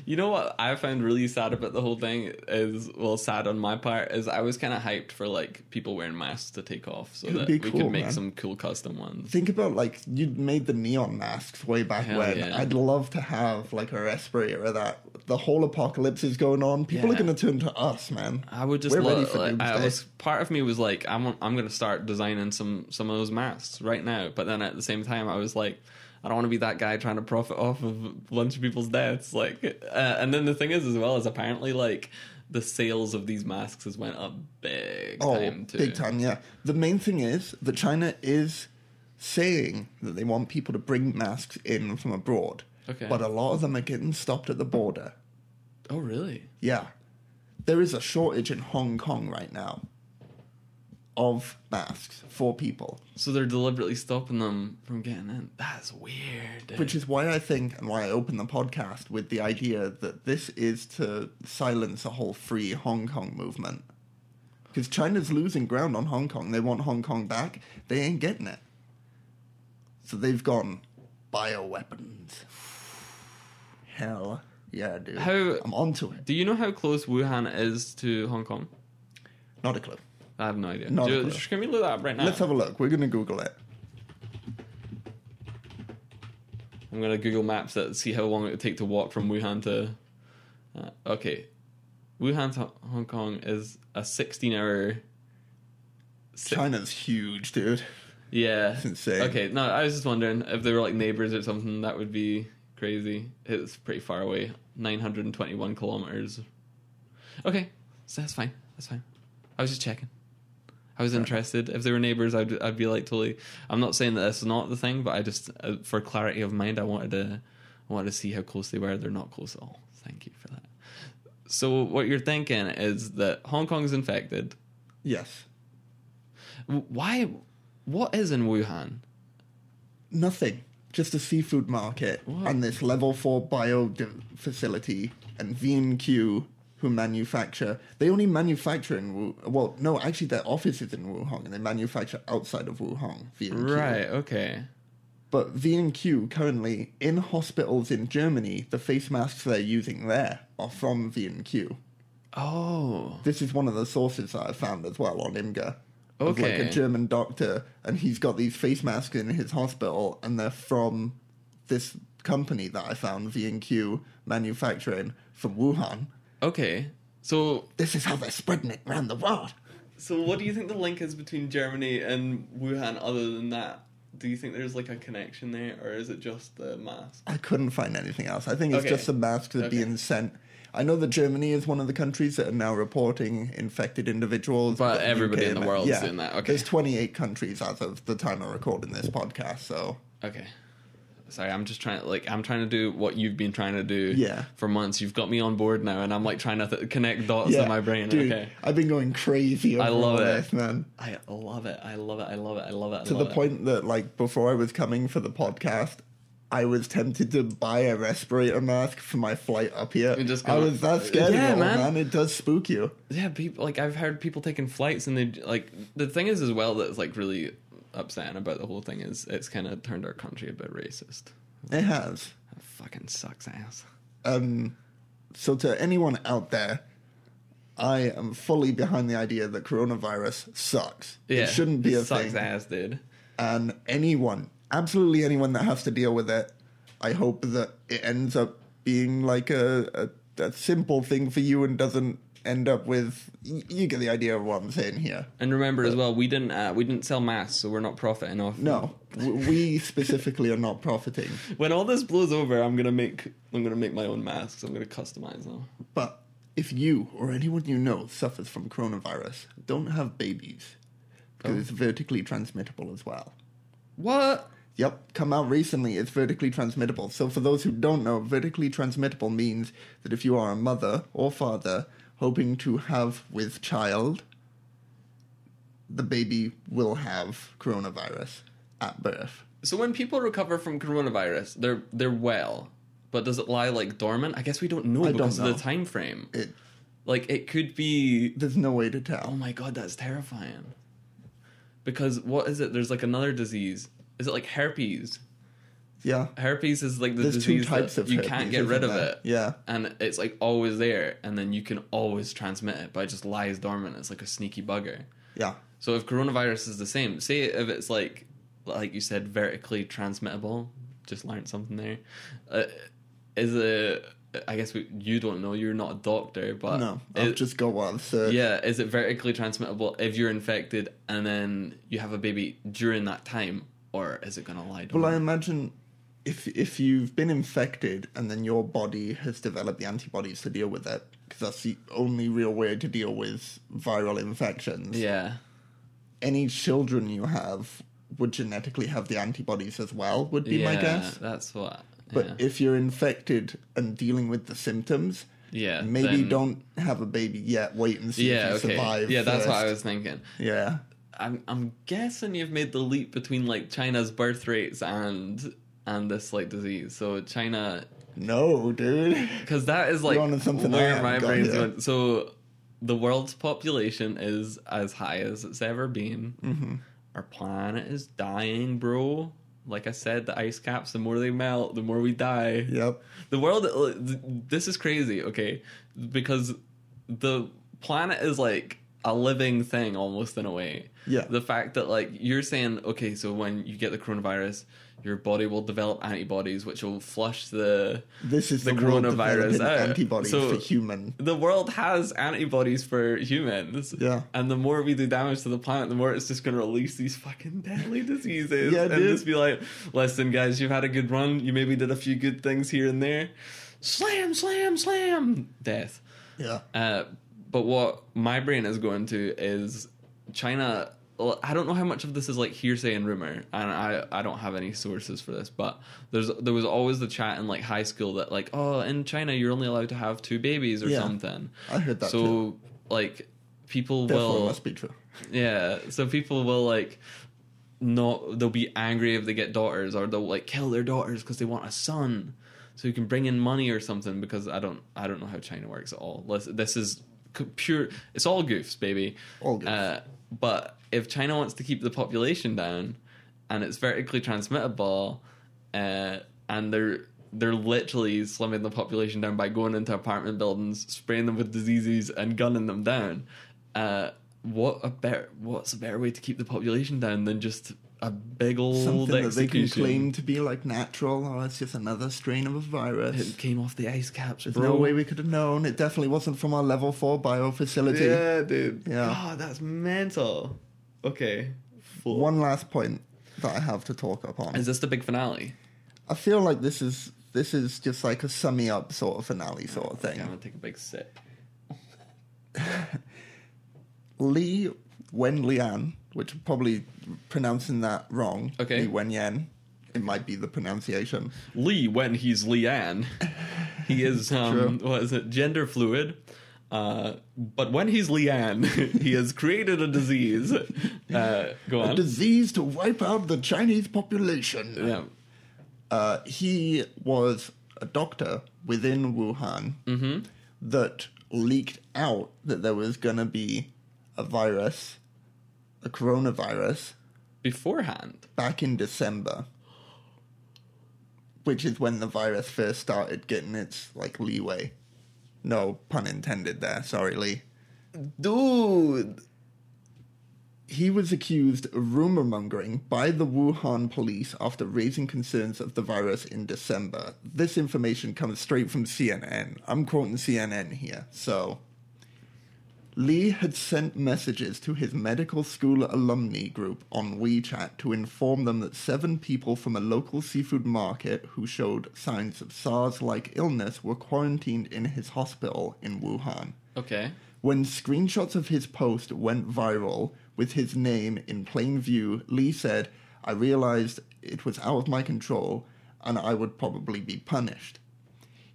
A: You know what I found really sad about the whole thing is well sad on my part is I was kind of hyped for like people wearing masks to take off so
B: It would
A: that
B: be
A: we could
B: cool,
A: make
B: man.
A: some cool custom ones.
B: Think about like you made the neon masks way back
A: Hell
B: when.
A: yeah.
B: I'd love to have like a respirator that the whole apocalypse is going on. People
A: Yeah.
B: are going to turn to us, man.
A: I would just
B: We're
A: love,
B: ready for
A: like, I
B: doomsday.
A: was part of me was like I'm I'm going to start designing some some of those masks right now, but then at the same time I was like I don't want to be that guy trying to profit off of a bunch of people's deaths like uh, and then the thing is as well is apparently like the sales of these masks has went up big time too.
B: Oh, Big time, yeah. The main thing is that China is saying that they want people to bring masks in from abroad.
A: Okay.
B: But uh, a lot of them are getting stopped at the border.
A: Oh really?
B: Yeah. There is a shortage in Hong Kong right now of masks for people,
A: So they're deliberately stopping them from getting in. That's weird.
B: which is why I think and why I opened the podcast with the idea that this is to silence the whole free Hong Kong movement. Because China's losing ground on Hong Kong. They want Hong Kong back. They ain't getting it. So they've gone bioweapons. Hell yeah, dude.
A: How-
B: I'm onto it.
A: Do you know how close Wuhan is to Hong Kong?
B: Not a clue.
A: I have no idea.
B: Not
A: Do
B: a
A: you-
B: clue.
A: just- can we look that up right now?
B: Let's have a look. We're gonna Google it.
A: I'm gonna Google Maps that see how long it would take to walk from Wuhan to. Uh, okay, Wuhan to Hong Kong is a 16 hour. Si-
B: China's huge, dude.
A: Yeah.
B: It's insane.
A: Okay, no, I was just wondering if they were like neighbors or something. That would be crazy. It's pretty far away, 921 kilometers. Okay, so that's fine. That's fine. I was just checking. I was interested. If they were neighbors, I'd I'd be like totally. I'm not saying that that's not the thing, but I just uh, for clarity of mind, I wanted to I wanted to see how close they were. They're not close at all. Thank you for that. So what you're thinking is that Hong Kong's infected.
B: Yes.
A: W- Why? What is in Wuhan?
B: Nothing. Just a seafood market
A: What?
B: and this level four bio d- facility and V&Q who manufacture. They only manufacture in Wu. Well, no, actually, their office is in Wuhan and they manufacture outside of Wuhan. V&Q.
A: Right. Okay.
B: But V&Q currently in hospitals in Germany, the face masks they're using there are from V&Q.
A: Oh.
B: This is one of the sources that I found as well on Imgur. Of like a
A: Okay.
B: German doctor, and he's got these face masks in his hospital, and they're from this company that I found, V&Q Manufacturing, from Wuhan.
A: Okay. So.
B: This is how they're spreading it around the world.
A: So what do you think the link is between Germany and Wuhan? Other than that, do you think there's like a connection there, or is it just the mask?
B: I couldn't find anything else. I think it's
A: Okay.
B: just the masks that are
A: Okay.
B: being sent. I know that Germany is one of the countries that are now reporting infected individuals.
A: But
B: We've got
A: everybody in the
B: and-
A: world's doing that, okay.
B: There's 28 countries as of the time of recording this podcast, so
A: Okay. Sorry, I'm just trying. Like, I'm trying to do what you've been trying to do.
B: Yeah.
A: For months, you've got me on board now, and I'm like trying to th- connect dots in my brain.
B: Dude,
A: Okay.
B: I've been going crazy. Over
A: I love
B: all
A: it.
B: this, man.
A: I love it. I love it. I love it. I love it. I
B: To
A: love
B: the
A: it.
B: point that, like, before I was coming for the podcast, I was tempted to buy a respirator mask for my flight up here.
A: You just
B: I
A: kinda-
B: was that scared,
A: Yeah,
B: of it, all,
A: man.
B: man. It does spook you.
A: Yeah, people like I've heard people taking flights and they like the thing is as well that's like really upsetting about the whole thing is it's kind of turned our country a bit racist.
B: It has.
A: That fucking sucks ass.
B: Um, so, to anyone out there, I am fully behind the idea that coronavirus sucks.
A: Yeah,
B: it shouldn't be
A: it
B: a
A: sucks
B: thing.
A: ass, dude.
B: and anyone, absolutely anyone that has to deal with it, I hope that it ends up being like a, a, a simple thing for you and doesn't end up with. y- You get the idea of what I'm saying here.
A: And remember as well, we didn't uh, we didn't sell masks, so we're not profiting off.
B: No, w- we specifically are not profiting,
A: When all this blows over, I'm gonna make I'm gonna make my own masks. I'm gonna customize them.
B: but if you or anyone you know suffers from coronavirus, don't have babies because it's vertically transmittable as well.
A: What?
B: Yep, come out recently. It's vertically transmittable. So, for those who don't know, vertically transmittable means that if you are a mother or father hoping to have with child, the baby will have coronavirus at birth.
A: So when people recover from coronavirus, they're they're well, but does it lie like dormant? I guess we don't know
B: don't
A: because
B: know.
A: of the time frame.
B: It,
A: Like it could be
B: there's no way to
A: Oh
B: tell.
A: my god, that's terrifying. Because what is it? There's like another disease. Is it like herpes?
B: Yeah,
A: Herpes is like the
B: there's two
A: disease
B: types
A: that
B: of
A: you
B: herpes,
A: can't get rid of
B: isn't there?
A: it.
B: Yeah,
A: And it's like always there, and then you can always transmit it, but it just lies dormant. It's like a sneaky bugger.
B: yeah,
A: So if coronavirus is the same, say if it's like, like you said, vertically transmittable. Just learned something there. Uh, is it? I guess we, you don't know. You're not a doctor, but
B: no, I'll
A: Uh, it-
B: just go on. So,
A: yeah, is it vertically transmittable if you're infected and then you have a baby during that time, or is it gonna lie
B: Well, I
A: dormant?
B: imagine if if you've been infected and then your body has developed the antibodies to deal with it, because that's the only real way to deal with viral infections.
A: yeah,
B: Any children you have would genetically have the antibodies as well. Would be
A: yeah,
B: my guess.
A: that's what.
B: But
A: yeah,
B: if you're infected and dealing with the symptoms,
A: yeah
B: maybe
A: then-
B: don't have a baby yet. Wait and see
A: Yeah,
B: if you
A: okay.
B: survive.
A: yeah, that's what I
B: first.
A: was thinking.
B: Yeah.
A: I'm I'm guessing you've made the leap between like China's birth rates and and this like disease. So China,
B: No, dude.
A: because that is like
B: You're onto something I
A: where
B: haven't
A: my
B: got
A: brain's
B: yet.
A: going. So the world's population
B: Mm-hmm.
A: is as high as it's ever been. Our planet is dying, bro. like I said, the ice caps, the more they melt, the more we die.
B: Yep.
A: The world, uh, this is crazy, okay? Because the planet is like a living thing almost in a way.
B: Yeah.
A: The fact that, like, you're saying, okay, so when you get the coronavirus, your body will develop antibodies, which will flush the.
B: This is
A: The
B: the, world
A: coronavirus
B: developing
A: out.
B: antibodies
A: So-
B: for human.
A: The world has antibodies for humans.
B: Yeah.
A: And the more we do damage to the planet, the more it's just going to release these fucking deadly diseases.
B: Yeah,
A: and
B: dude.
A: just be like, listen, guys, you've had a good run. You maybe did a few good things here and there. Slam, slam, slam. Death.
B: Yeah.
A: Uh, but what my brain is going to is China. well, I don't know how much of this is like hearsay and rumor, and I, I don't have any sources for this. But there's there was always the chat in like high school that like oh in China you're only allowed to have two babies or
B: Yeah.
A: something.
B: I heard that
A: so
B: too.
A: like people
B: Therefore, it
A: will
B: must be true.
A: yeah, so people will like not they'll be angry if they get daughters or they'll like kill their daughters because they want a son so you can bring in money or something because I don't I don't know how China works at all. This, this is c- pure it's all goofs, baby.
B: All goofs.
A: Uh, but if China wants to keep the population down and it's vertically transmittable uh, and they're they're literally slimming the population down by going into apartment buildings, spraying them with diseases, and gunning them down. Uh, what a better what's a better way to keep the population down than just a big old
B: Something that they
A: execution?
B: can claim to be like natural, or it's just another strain of a virus.
A: It came off the ice caps,
B: There's
A: bro.
B: no way we could have known. It definitely wasn't from our level four bio facility.
A: yeah, dude.
B: Yeah.
A: God, that's mental. Okay.
B: One last point that I have to talk upon.
A: Is this the big finale?
B: I feel like this is this is just like a summing up sort of finale sort of
A: Okay, I'm
B: thing.
A: gonna take a big sip.
B: Li Wen Lian, which I'm probably pronouncing that wrong.
A: Okay.
B: Li Wen Yan. It might be the pronunciation.
A: Lee when he's Leanne. He is um what is it, gender fluid. Uh, but when he's Leanne, he has created a disease. Uh, go
B: A
A: on.
B: disease to wipe out the Chinese population.
A: yeah.
B: Uh, he was a doctor within Wuhan that leaked out that there was going to be a virus, a coronavirus,
A: Beforehand.
B: back in December, which is when the virus first started getting its like leeway. No pun intended there. Sorry, Lee.
A: Dude.
B: He was accused of rumor mongering by the Wuhan police after raising concerns of the virus in December. This information comes straight from CNN. I'm quoting CNN here. So, Lee had sent messages to his medical school alumni group on WeChat to inform them that seven people from a local seafood market who showed signs of SARS like illness were quarantined in his hospital in Wuhan
A: Okay.
B: when screenshots of his post went viral with his name in plain view, Lee said, I realized it was out of my control and I would probably be punished.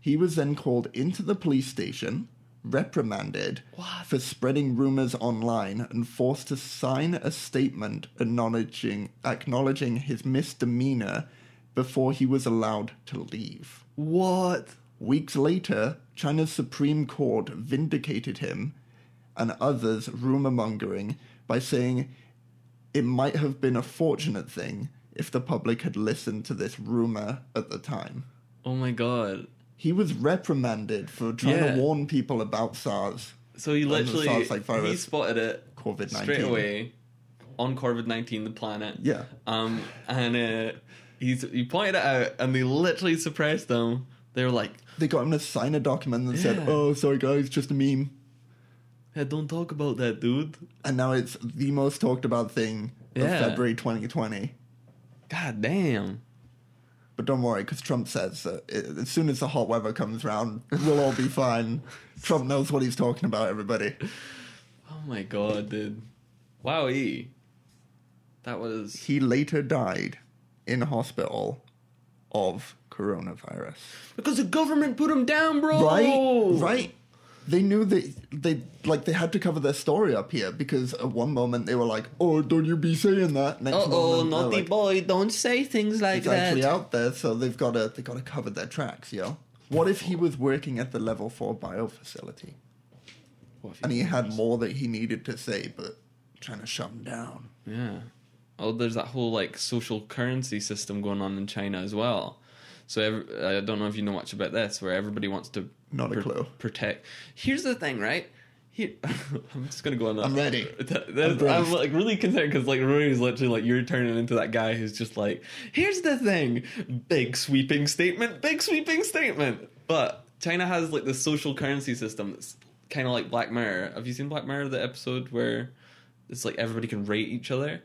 B: He was then called into the police station, reprimanded
A: What?
B: for spreading rumors online, and forced to sign a statement acknowledging, acknowledging his misdemeanor before he was allowed to leave.
A: What?
B: Weeks later, China's Supreme Court vindicated him and others rumor mongering by saying it might have been a fortunate thing if the public had listened to this rumor at the time.
A: Oh my god.
B: He was reprimanded for trying
A: Yeah.
B: to warn people about SARS,
A: So he
B: the
A: literally
B: SARS-like virus.
A: he spotted it
B: COVID 19.
A: straight away on COVID nineteen the planet.
B: Yeah.
A: Um, and uh, he's he pointed it out, and they literally suppressed them. They were like,
B: They got him to sign a document that
A: Yeah.
B: said, oh, sorry guys, just a meme.
A: "Hey, don't talk about that, dude."
B: And now it's the most talked about thing of
A: Yeah.
B: February 2020.
A: God damn.
B: But don't worry, because Trump says that i as soon as the hot weather comes round, we'll all be fine. Trump knows what he's talking about, everybody.
A: Oh my god, dude. Wow, e. That was
B: He later died in hospital of coronavirus.
A: because the government put him down, bro.
B: Right? Right? They knew that they like they had to cover their story up here because at one moment they were like, "Oh, don't you be saying that." Next
A: Uh oh,
B: moment, they're
A: naughty
B: like,
A: boy! Don't say things like
B: it's
A: that.
B: actually out there, so they've got to they got to cover their tracks, yo. What if he was working at the level four bio facility?
A: What if
B: and he had more that he needed to say, but trying to shut him down.
A: Yeah. oh, there's that whole like social currency system going on in China as well. So ev I don't know if you know much about this, where everybody wants to
B: Not a clue.
A: protect. Here's the thing, right? Here, I'm just gonna go on. That.
B: I'm ready.
A: Th- there's-
B: I'm braced.
A: I'm, like really concerned because like Rory's literally like you're turning into that guy who's just like, here's the thing, big sweeping statement, big sweeping statement. But China has like this social currency system that's kind of like Black Mirror. Have you seen Black Mirror? The episode where it's like everybody can rate each other.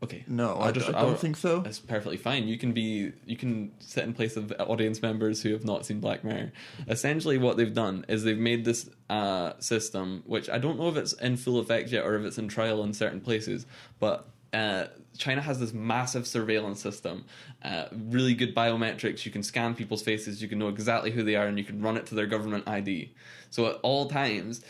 A: Okay.
B: No, I, d- I
A: I'll-
B: don't think so.
A: that's perfectly fine. You can be you can sit in place of audience members who have not seen Black Mirror. Essentially, what they've done is they've made this uh, system, which I don't know if it's in full effect yet or if it's in trial in certain places, but. Uh, China has this massive surveillance system, uh, really good biometrics. You can scan people's faces, you can know exactly who they are, and you can run it to their government ID. So at all times,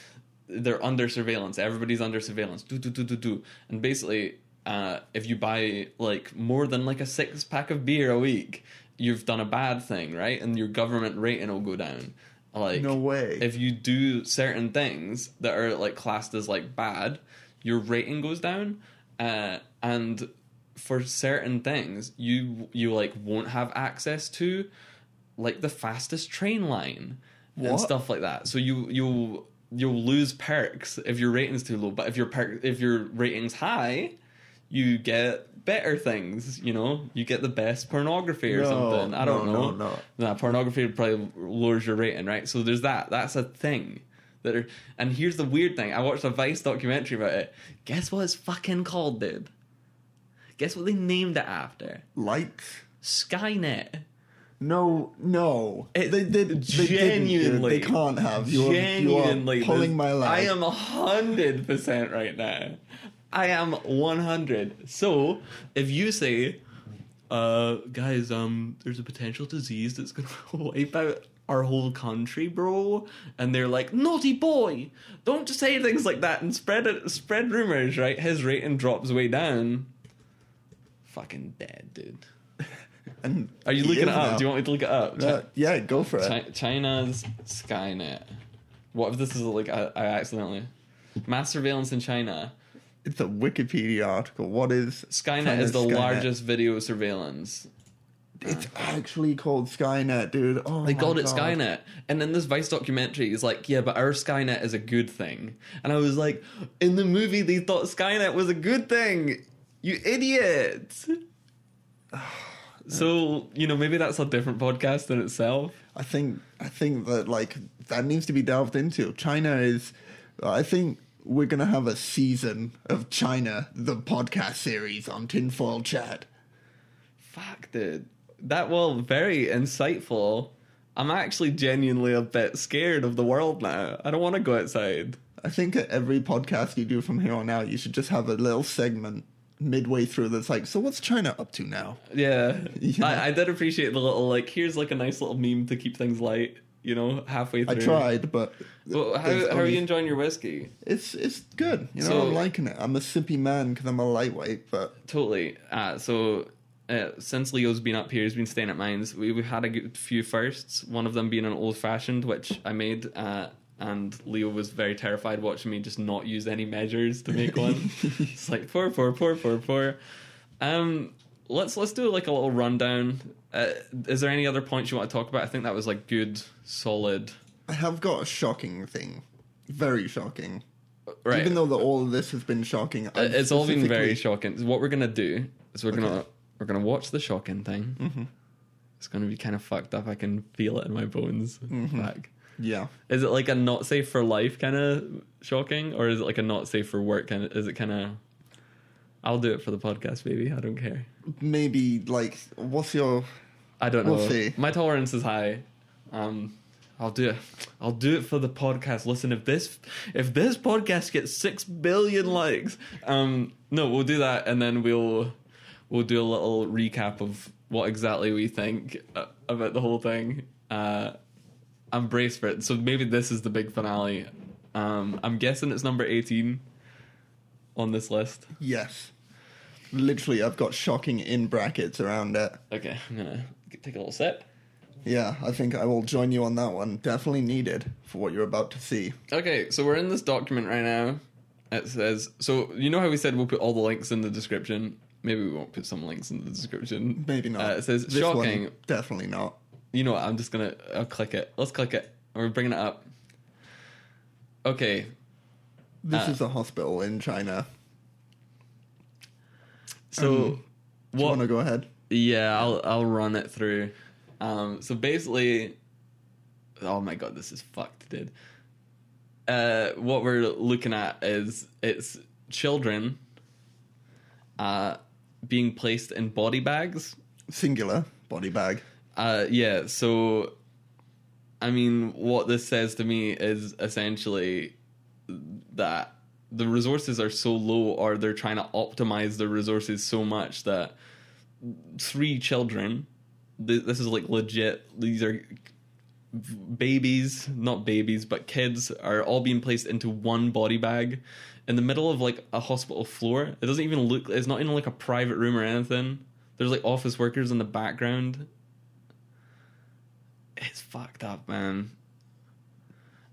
A: they're under surveillance. Everybody's under surveillance. Do do do do do. And basically, uh, if you buy like more than like a six pack of beer a week, you've done a bad thing, right? And your government rating will go down. Like
B: No way.
A: If you do certain things that are like classed as like bad, your rating goes down. Uh, and for certain things, you you like won't have access to like the fastest train line and
B: What?
A: stuff like that. So you you you'll lose perks if your rating's too low. But if your perk if your rating's high, you get better things. You know, you get the best pornography or
B: No,
A: something. I don't
B: no,
A: know.
B: no, no.
A: Nah, pornography would probably lowers your rating, right? So there's that. That's a thing. That are, and here's the weird thing. I watched a Vice documentary about it. Guess what it's fucking called, dude? Guess what they named it after?
B: Likes.
A: Skynet.
B: No, no.
A: It-
B: they did. They
A: genuinely-
B: Genuinely, they can't have. You are, you are pulling
A: this-
B: my leg.
A: I am hundred percent right now. I am one hundred. So if you say, uh, guys, um, there's a potential disease that's gonna wipe out our whole country, bro, and they're like, naughty boy, don't just say things like that and spread it, spread rumors, right? His rating drops way down. Fucking dead, dude.
B: And
A: Are you
B: he
A: looking
B: is
A: it up?
B: now.
A: Do you want me to look it up?
B: Uh, yeah, go for it.
A: Chi- China's Skynet. What if this is like I, I accidentally mass surveillance in China?
B: It's a Wikipedia article. What is
A: Skynet
B: China's
A: is the
B: Skynet?
A: largest video surveillance.
B: It's actually called Skynet, dude. Oh,
A: They called it Skynet, and then this Vice documentary is like, yeah, but our Skynet is a good thing. And I was like, in the movie, they thought Skynet was a good thing. You idiot. So you know maybe that's a different podcast in itself.
B: I think I think that like that needs to be delved into. China is. I think we're gonna have a season of China, the podcast series on Tinfoil Chat.
A: Fuck, dude. That was very insightful. I'm actually genuinely a bit scared of the world now. I don't want to go outside.
B: I think at every podcast you do from here on out, you should just have a little segment midway through that's like, so what's China up to now?
A: Yeah.
B: Yeah.
A: I, I did appreciate the little, like, here's like a nice little meme to keep things light, you know, halfway
B: I
A: through.
B: tried, but
A: Well, how,
B: there's
A: how are
B: only-
A: you enjoying your whiskey?
B: It's it's good. You know,
A: So-
B: I'm liking it. I'm a sippy man because I'm a lightweight, but
A: Totally. Uh, so, uh, since Leo's been up here, he's been staying at mine's. We, we've had a good few firsts, one of them being an old fashioned, which I made. Uh, and Leo was very terrified watching me just not use any measures to make one. it's like pour, pour, pour, pour, pour. Um, let's let's do like a little rundown. Uh, is there any other points you want to talk about? I think that was like good, solid.
B: I have got a shocking thing. Very shocking.
A: Right.
B: Even though the, all of this has been shocking,
A: Uh,
B: I've
A: it's all been very
B: specifically-
A: shocking. What we're gonna do is we're gonna we're gonna watch the shocking thing. It's gonna be kind of fucked up. I can feel it in my bones. Fuck.
B: Yeah.
A: Is it like a not safe for life kind of shocking, or is it like a not safe for work kind of? Is it kind of? I'll do it for the podcast, baby. I don't care.
B: Maybe like, what's your?
A: I don't know.
B: We'll see.
A: My tolerance is high. Um, I'll do it. I'll do it for the podcast. Listen, if this if this podcast gets six billion likes, um, no, we'll do that, and then we'll we'll do a little recap of what exactly we think uh, about the whole thing. Uh, I'm braced for it. So maybe this is the big finale. Um, I'm guessing it's number eighteen on this list.
B: Yes. Literally, I've got shocking in brackets around it.
A: Okay, I'm gonna take a little sip.
B: Yeah, I think I will join you on that one. Definitely needed for what you're about to see.
A: Okay, so we're in this document right now. It says so. You know how we said we'll put all the links in the description. Maybe we won't put some links in the description.
B: Maybe not.
A: Uh, it says
B: This one,
A: shocking.
B: definitely not.
A: You know what? I'm just gonna. I'll click it. Let's click it. We're bringing it up. Okay.
B: This
A: Uh,
B: is a hospital in China.
A: So
B: Um, Do you
A: what?
B: want to go ahead?
A: Yeah, I'll I'll run it through. Um, so basically, oh my god, this is fucked, dude. Uh, what we're looking at is it's children uh, being placed in body bags.
B: Singular body bag.
A: Uh, yeah, so I mean, what this says to me is essentially that the resources are so low, or they're trying to optimize their resources so much that three children, th- this is like legit, these are babies, not babies, but kids are all being placed into one body bag in the middle of like a hospital floor. It doesn't even look, it's not in like a private room or anything. There's like office workers in the background. It's fucked up, man.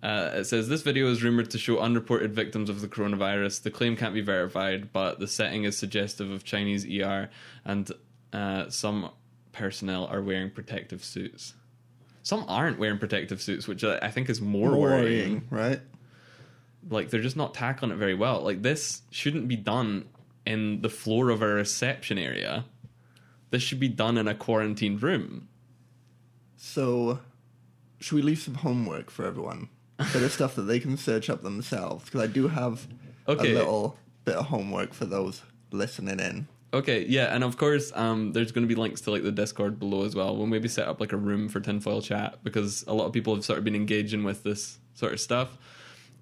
A: Uh, it says this video is rumored to show unreported victims of the coronavirus. The claim can't be verified, but the setting is suggestive of Chinese ER, and uh, some personnel are wearing protective suits. Some aren't wearing protective suits, which I I think is more, worrying.
B: right? So, should we leave some homework for everyone? Bit of stuff that they can search up themselves because I do have
A: Okay.
B: a little bit of homework for those listening in.
A: Okay, yeah, and of course, um, there's going to be links to like the Discord below as well. We'll maybe set up like a room for tinfoil chat because a lot of people have sort of been engaging with this sort of stuff.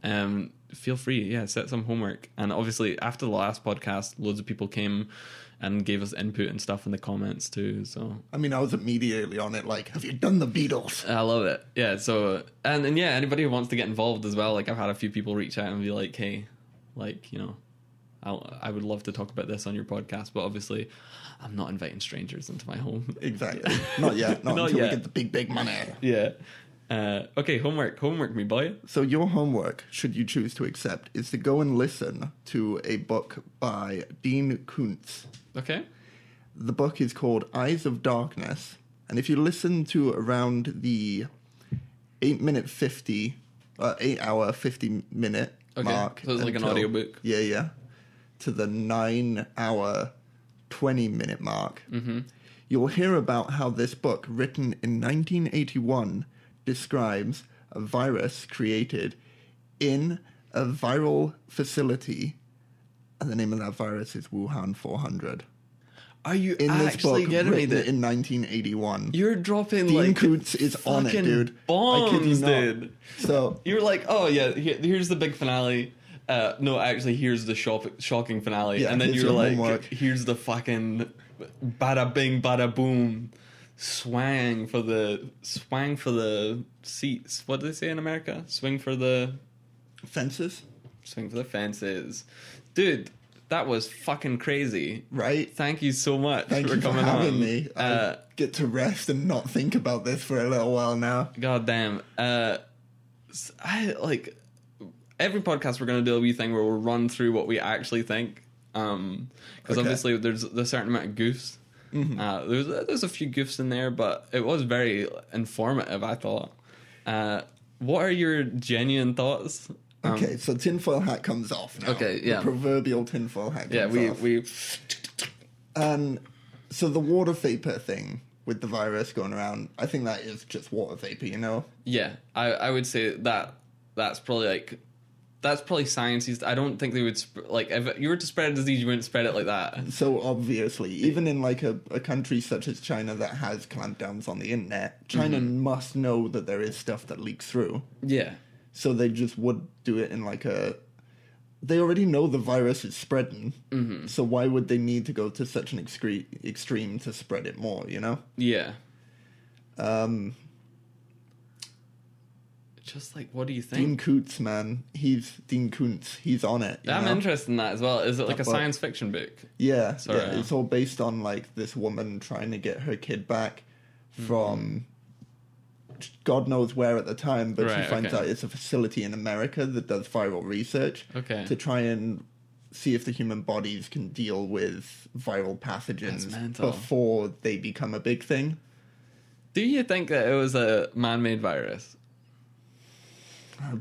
A: Um, feel free, yeah, set some homework. And obviously, after the last podcast, loads of people came and gave us input and stuff in the comments too. So
B: I mean, I was immediately on it. Like, have you done the Beatles?
A: I love it. Yeah. So and and yeah, anybody who wants to get involved as well, like I've had a few people reach out and be like, hey, like you know, I I would love to talk about this on your podcast, but obviously, I'm not inviting strangers into my home.
B: Exactly. Not yet. Not,
A: Not
B: until
A: yet.
B: we get the big, big money.
A: yeah. Uh, okay, homework, homework, me boy.
B: So your homework, should you choose to accept, is to go and listen to a book by Dean Kuntz.
A: Okay.
B: The book is called Eyes of Darkness, and if you listen to around the eight minute fifty, uh, eight hour fifty minute
A: Okay,
B: mark,
A: so it's like an
B: until-
A: audiobook.
B: Yeah, yeah. To the nine hour twenty minute mark, mm-hmm. you'll hear about how this book, written in 1981, describes a virus created in a viral facility, and the name of that virus is Wuhan 400
A: Are you
B: in this
A: actually
B: book
A: getting me?
B: written
A: That
B: in 1981.
A: you're dropping
B: Dean
A: like
B: Koontz is on it,
A: fucking
B: dude. I kid you
A: Bombs,
B: not.
A: dude.
B: So
A: You were like, oh yeah, here, here's the big finale. Uh, no, actually, here's the shop- shocking finale.
B: Yeah,
A: and then
B: here's
A: you were
B: your
A: like,
B: homework.
A: here's the fucking bada bing, bada boom, swang for the swang for the seats. What do they say in America? Swing for the
B: fences,
A: swing for the fences, dude. That was fucking crazy.
B: right?
A: Thank you so much
B: Thank
A: for
B: you for
A: coming
B: having
A: on.
B: me. I
A: Uh,
B: get to rest and not think about this for a little while now.
A: God damn. Uh, s- I like every podcast we're going to do a wee thing where we'll run through what we actually think. Um, because
B: Okay. Mm-hmm.
A: obviously there's a certain amount of goofs. Uh, there's there's a few goofs in there, but it was very informative. I thought. Uh, what are your genuine thoughts? Um,
B: Okay, so tinfoil hat comes off now.
A: Okay,
B: The
A: yeah.
B: proverbial tinfoil hat comes
A: Yeah, we
B: off.
A: we
B: And so the water vapor thing with the virus going around, I think that is just water vapor, you know?
A: yeah. I I would say that that's probably like. That's probably science. I don't think they would sp- like if you were to spread a disease, you wouldn't spread it like that.
B: So obviously, even in like a, a country such as China that has clampdowns on the internet, China must know that there is stuff that leaks through.
A: Yeah,
B: So they just would do it in like a. They already know the virus is spreading, so why would they need to go to such an excre- extreme to spread it more? You know,
A: Yeah. Um. Just like, what do you
B: Dean
A: think?
B: Koontz, man, he's Dean Koontz. He's on it. you
A: I'm
B: know?
A: interested in that as well. Is it like a
B: But-
A: science fiction book?
B: Yeah,
A: Sorry,
B: yeah,
A: yeah.
B: it's all
A: Mm-hmm.
B: based on like this woman trying to get her kid back from God knows where at the time, but
A: Right,
B: she finds
A: okay.
B: out it's a facility in America that does viral research
A: Okay.
B: to try and see if the human bodies can deal with viral
A: That's
B: pathogens
A: mental.
B: before they become a big thing.
A: Do you think that it was a man-made virus?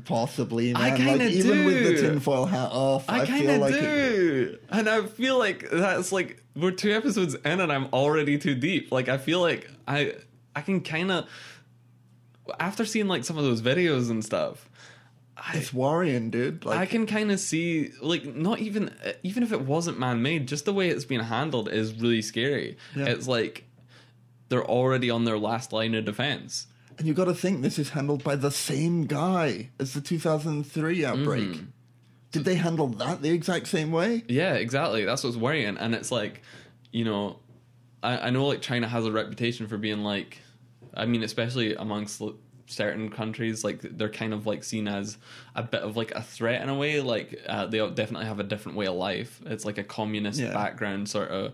B: Possibly,
A: I
B: man.
A: kinda
B: like, even with the
A: do.
B: tinfoil hat off, I,
A: I kind
B: feel
A: of
B: like it-
A: do, and I feel like that's like we're two episodes in, and I'm already too deep. Like I feel like I I can kind of after seeing like some of those videos and stuff, I
B: it's worrying, dude. Like,
A: I can kind of see like not even eh, even if it wasn't man made, just the way it's being handled is really scary.
B: Yeah.
A: It's like they're already on their last line of defense.
B: and you got to think this is handled by the same guy as the 2003
A: Mm-hmm.
B: outbreak. Did they handle that the exact same way?
A: Yeah, exactly. That's what's worrying. And it's like, you know, I, I know like China has a reputation for being like, I mean, especially amongst l- certain countries, like they're kind of like seen as a bit of like a threat in a way. Like uh, they definitely have a different way of life. It's like a communist
B: Yeah.
A: background sort of.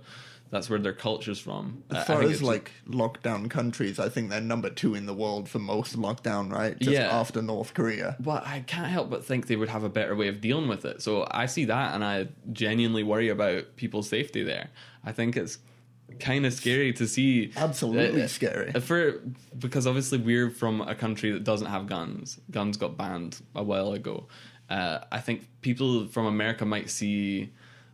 A: That's where their culture's from. I- I
B: As far
A: think it's-
B: as like lockdown countries, I think they're number two in the world for most lockdown, right? Just
A: Yeah.
B: after North Korea.
A: But I can't help but think they would have a better way of dealing with it. So I see that and I genuinely worry about people's safety there. I think it's kind of scary to see.
B: Absolutely
A: Uh,
B: scary.
A: uh, For, because obviously we're from a country that doesn't have guns. Guns got banned a while ago. Uh, I think people from America might see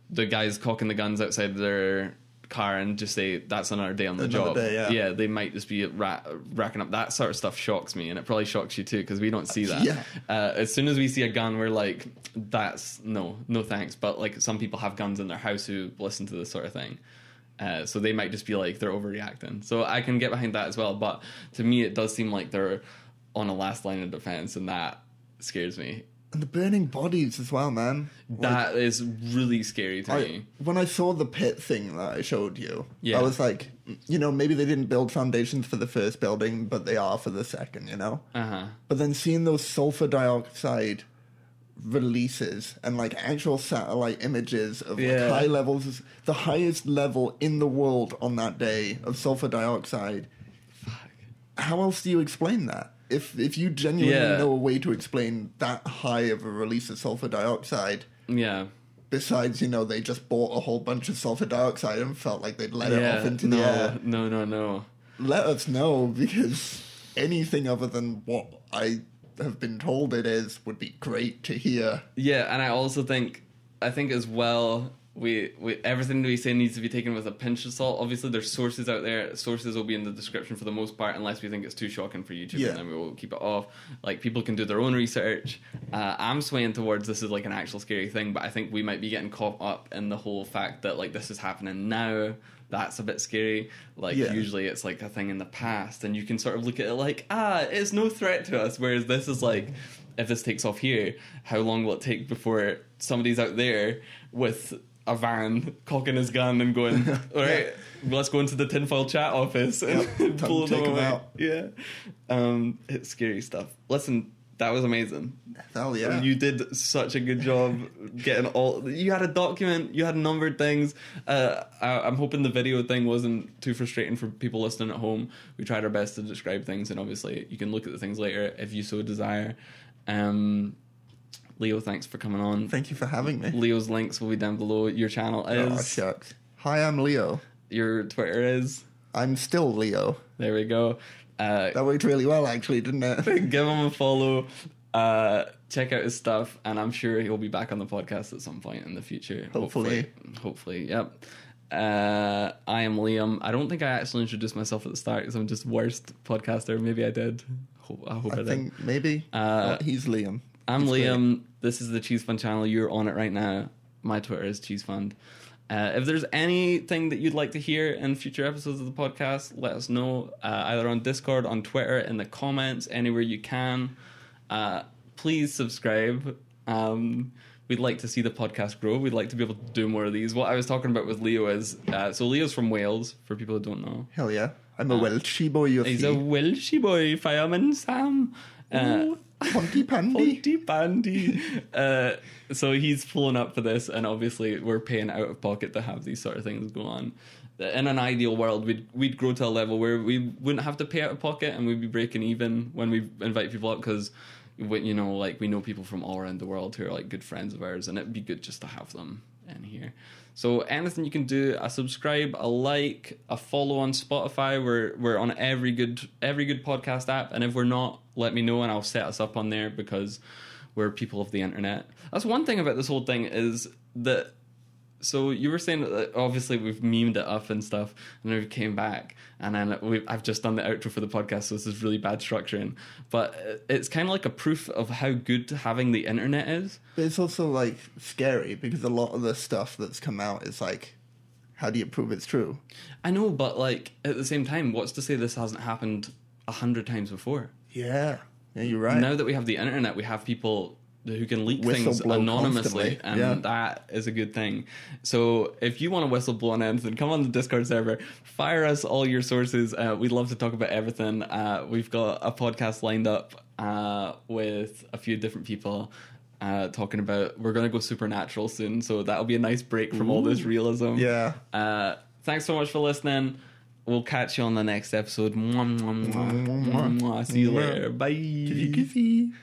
A: the guys cocking the guns outside their car and just say that's another day on the
B: Another
A: job.
B: day, yeah.
A: they might just be ra- racking up that sort of stuff. Shocks me, and it probably shocks you too because we don't see that.
B: Yeah.
A: Uh, as soon as we see a gun, we're like, that's no, no thanks. But like some people have guns in their house who listen to this sort of thing. Uh, so they might just be like they're overreacting. So I can get behind that as well. But to me, it does seem like they're on a last line of defense, and that scares me.
B: And the burning bodies as well, man.
A: That is really scary to
B: I,
A: me.
B: when I saw the pit thing that I showed you,
A: Yeah.
B: I was like, "Mm, you know, maybe they didn't build foundations for the first building, but they are for the second, you know?
A: Uh huh.
B: But then seeing those sulfur dioxide releases and like actual satellite images of like
A: Yeah.
B: high levels, the highest level in the world on that day of sulfur dioxide. How else do you explain that? If if you genuinely
A: Yeah.
B: know a way to explain that high of a release of sulfur dioxide,
A: Yeah.
B: besides you know they just bought a whole bunch of sulfur dioxide and felt like they'd let it
A: yeah.
B: off into
A: no,
B: the air,
A: no, no, no.
B: let us know because anything other than what I have been told it is would be great to hear.
A: Yeah, and I also think I think as well we, we everything we say needs to be taken with a pinch of salt. Obviously, there's sources out there. Sources will be in the description for the most part, unless we think it's too shocking for YouTube,
B: Yeah.
A: and then we will keep it off. Like people can do their own research. Uh, I'm swaying towards this is like an actual scary thing, but I think we might be getting caught up in the whole fact that like this is happening now. That's a bit scary. Like
B: Yeah.
A: usually it's like a thing in the past, and you can sort of look at it like ah, it's no threat to us. Whereas this is like if this takes off here, how long will it take before somebody's out there with a van cocking his gun and going, all right, let's go into the tinfoil chat office and
B: Yep, time to
A: pull them
B: take 'em
A: away.
B: out.
A: Yeah, um, it's scary stuff. Listen, that was amazing.
B: Hell yeah.
A: You did such a good job getting all. You had a document. You had numbered things. Uh, I, I'm hoping the video thing wasn't too frustrating for people listening at home. We tried our best to describe things, and obviously, you can look at the things later if you so desire. Um, Leo, thanks for coming on.
B: Thank you for having me.
A: Leo's links will be down below. Your channel
B: Oh,
A: is.
B: shucks. Hi, I'm Leo.
A: your Twitter is.
B: I'm still Leo.
A: There we go. Uh,
B: That worked really well, actually, didn't it?
A: give him a follow. Uh, check out his stuff, and I'm sure he'll be back on the podcast at some point in the future.
B: Hopefully.
A: hopefully, Hopefully, yep. Uh, I am Liam. I don't think I actually introduced myself at the start because I'm just worst podcaster. Maybe I did. Ho- I hope I,
B: I
A: did.
B: think maybe.
A: Uh,
B: Oh, he's Liam.
A: I'm
B: He's great.
A: Liam. This is the Cheese Fund channel. You're on it right now. My Twitter is Cheese Fund. Uh, if there's anything that you'd like to hear in future episodes of the podcast, let us know uh, either on Discord, on Twitter, in the comments, anywhere you can. Uh, please subscribe. Um, we'd like to see the podcast grow. We'd like to be able to do more of these. What I was talking about with Leo is uh, so Leo's from Wales, for people who don't know.
B: Hell yeah. I'm a Welshie boy, you
A: uh, He's a
B: see.
A: Welshie boy, fireman Sam. Uh,
B: Ponty Pandy.
A: Ponty Bandy. uh, so he's pulling up for this, and obviously we're paying out of pocket to have these sort of things go on. In an ideal world, we'd we'd grow to a level where we wouldn't have to pay out of pocket, and we'd be breaking even when we invite people up because. You know, like we know people from all around the world who are like good friends of ours, and it'd be good just to have them in here. So anything you can do, a subscribe, a like, a follow on Spotify. We're we're on every good every good podcast app, and if we're not, let me know and I'll set us up on there because we're people of the internet. That's one thing about this whole thing is that. So you were saying that obviously we've memed it up and stuff, and then we came back, and then we, I've just done the outro for the podcast, so this is really bad structuring. But it's kind of like a proof of how good having the internet is.
B: But it's also like scary because a lot of the stuff that's come out is like, how do you prove it's true?
A: I know, but like at the same time, what's to say this hasn't happened a hundred times before?
B: Yeah, yeah, you're right.
A: Now that we have the internet, we have people who can leak things
B: Whistleblow
A: anonymously,
B: constantly,
A: and
B: yeah.
A: that is a good thing. So if you want to whistleblow on anything, come on the Discord server, fire us all your sources. Uh, we'd love to talk about everything. Uh, we've got a podcast lined up uh, with a few different people. Uh, talking about we're gonna go supernatural soon, so that'll be a nice break from all this realism.
B: Yeah.
A: Uh, thanks so much for listening. We'll catch you on the next episode. Mwah, mwah, mwah, mwah, mwah. See you later. Bye.
B: Kissy, kissy.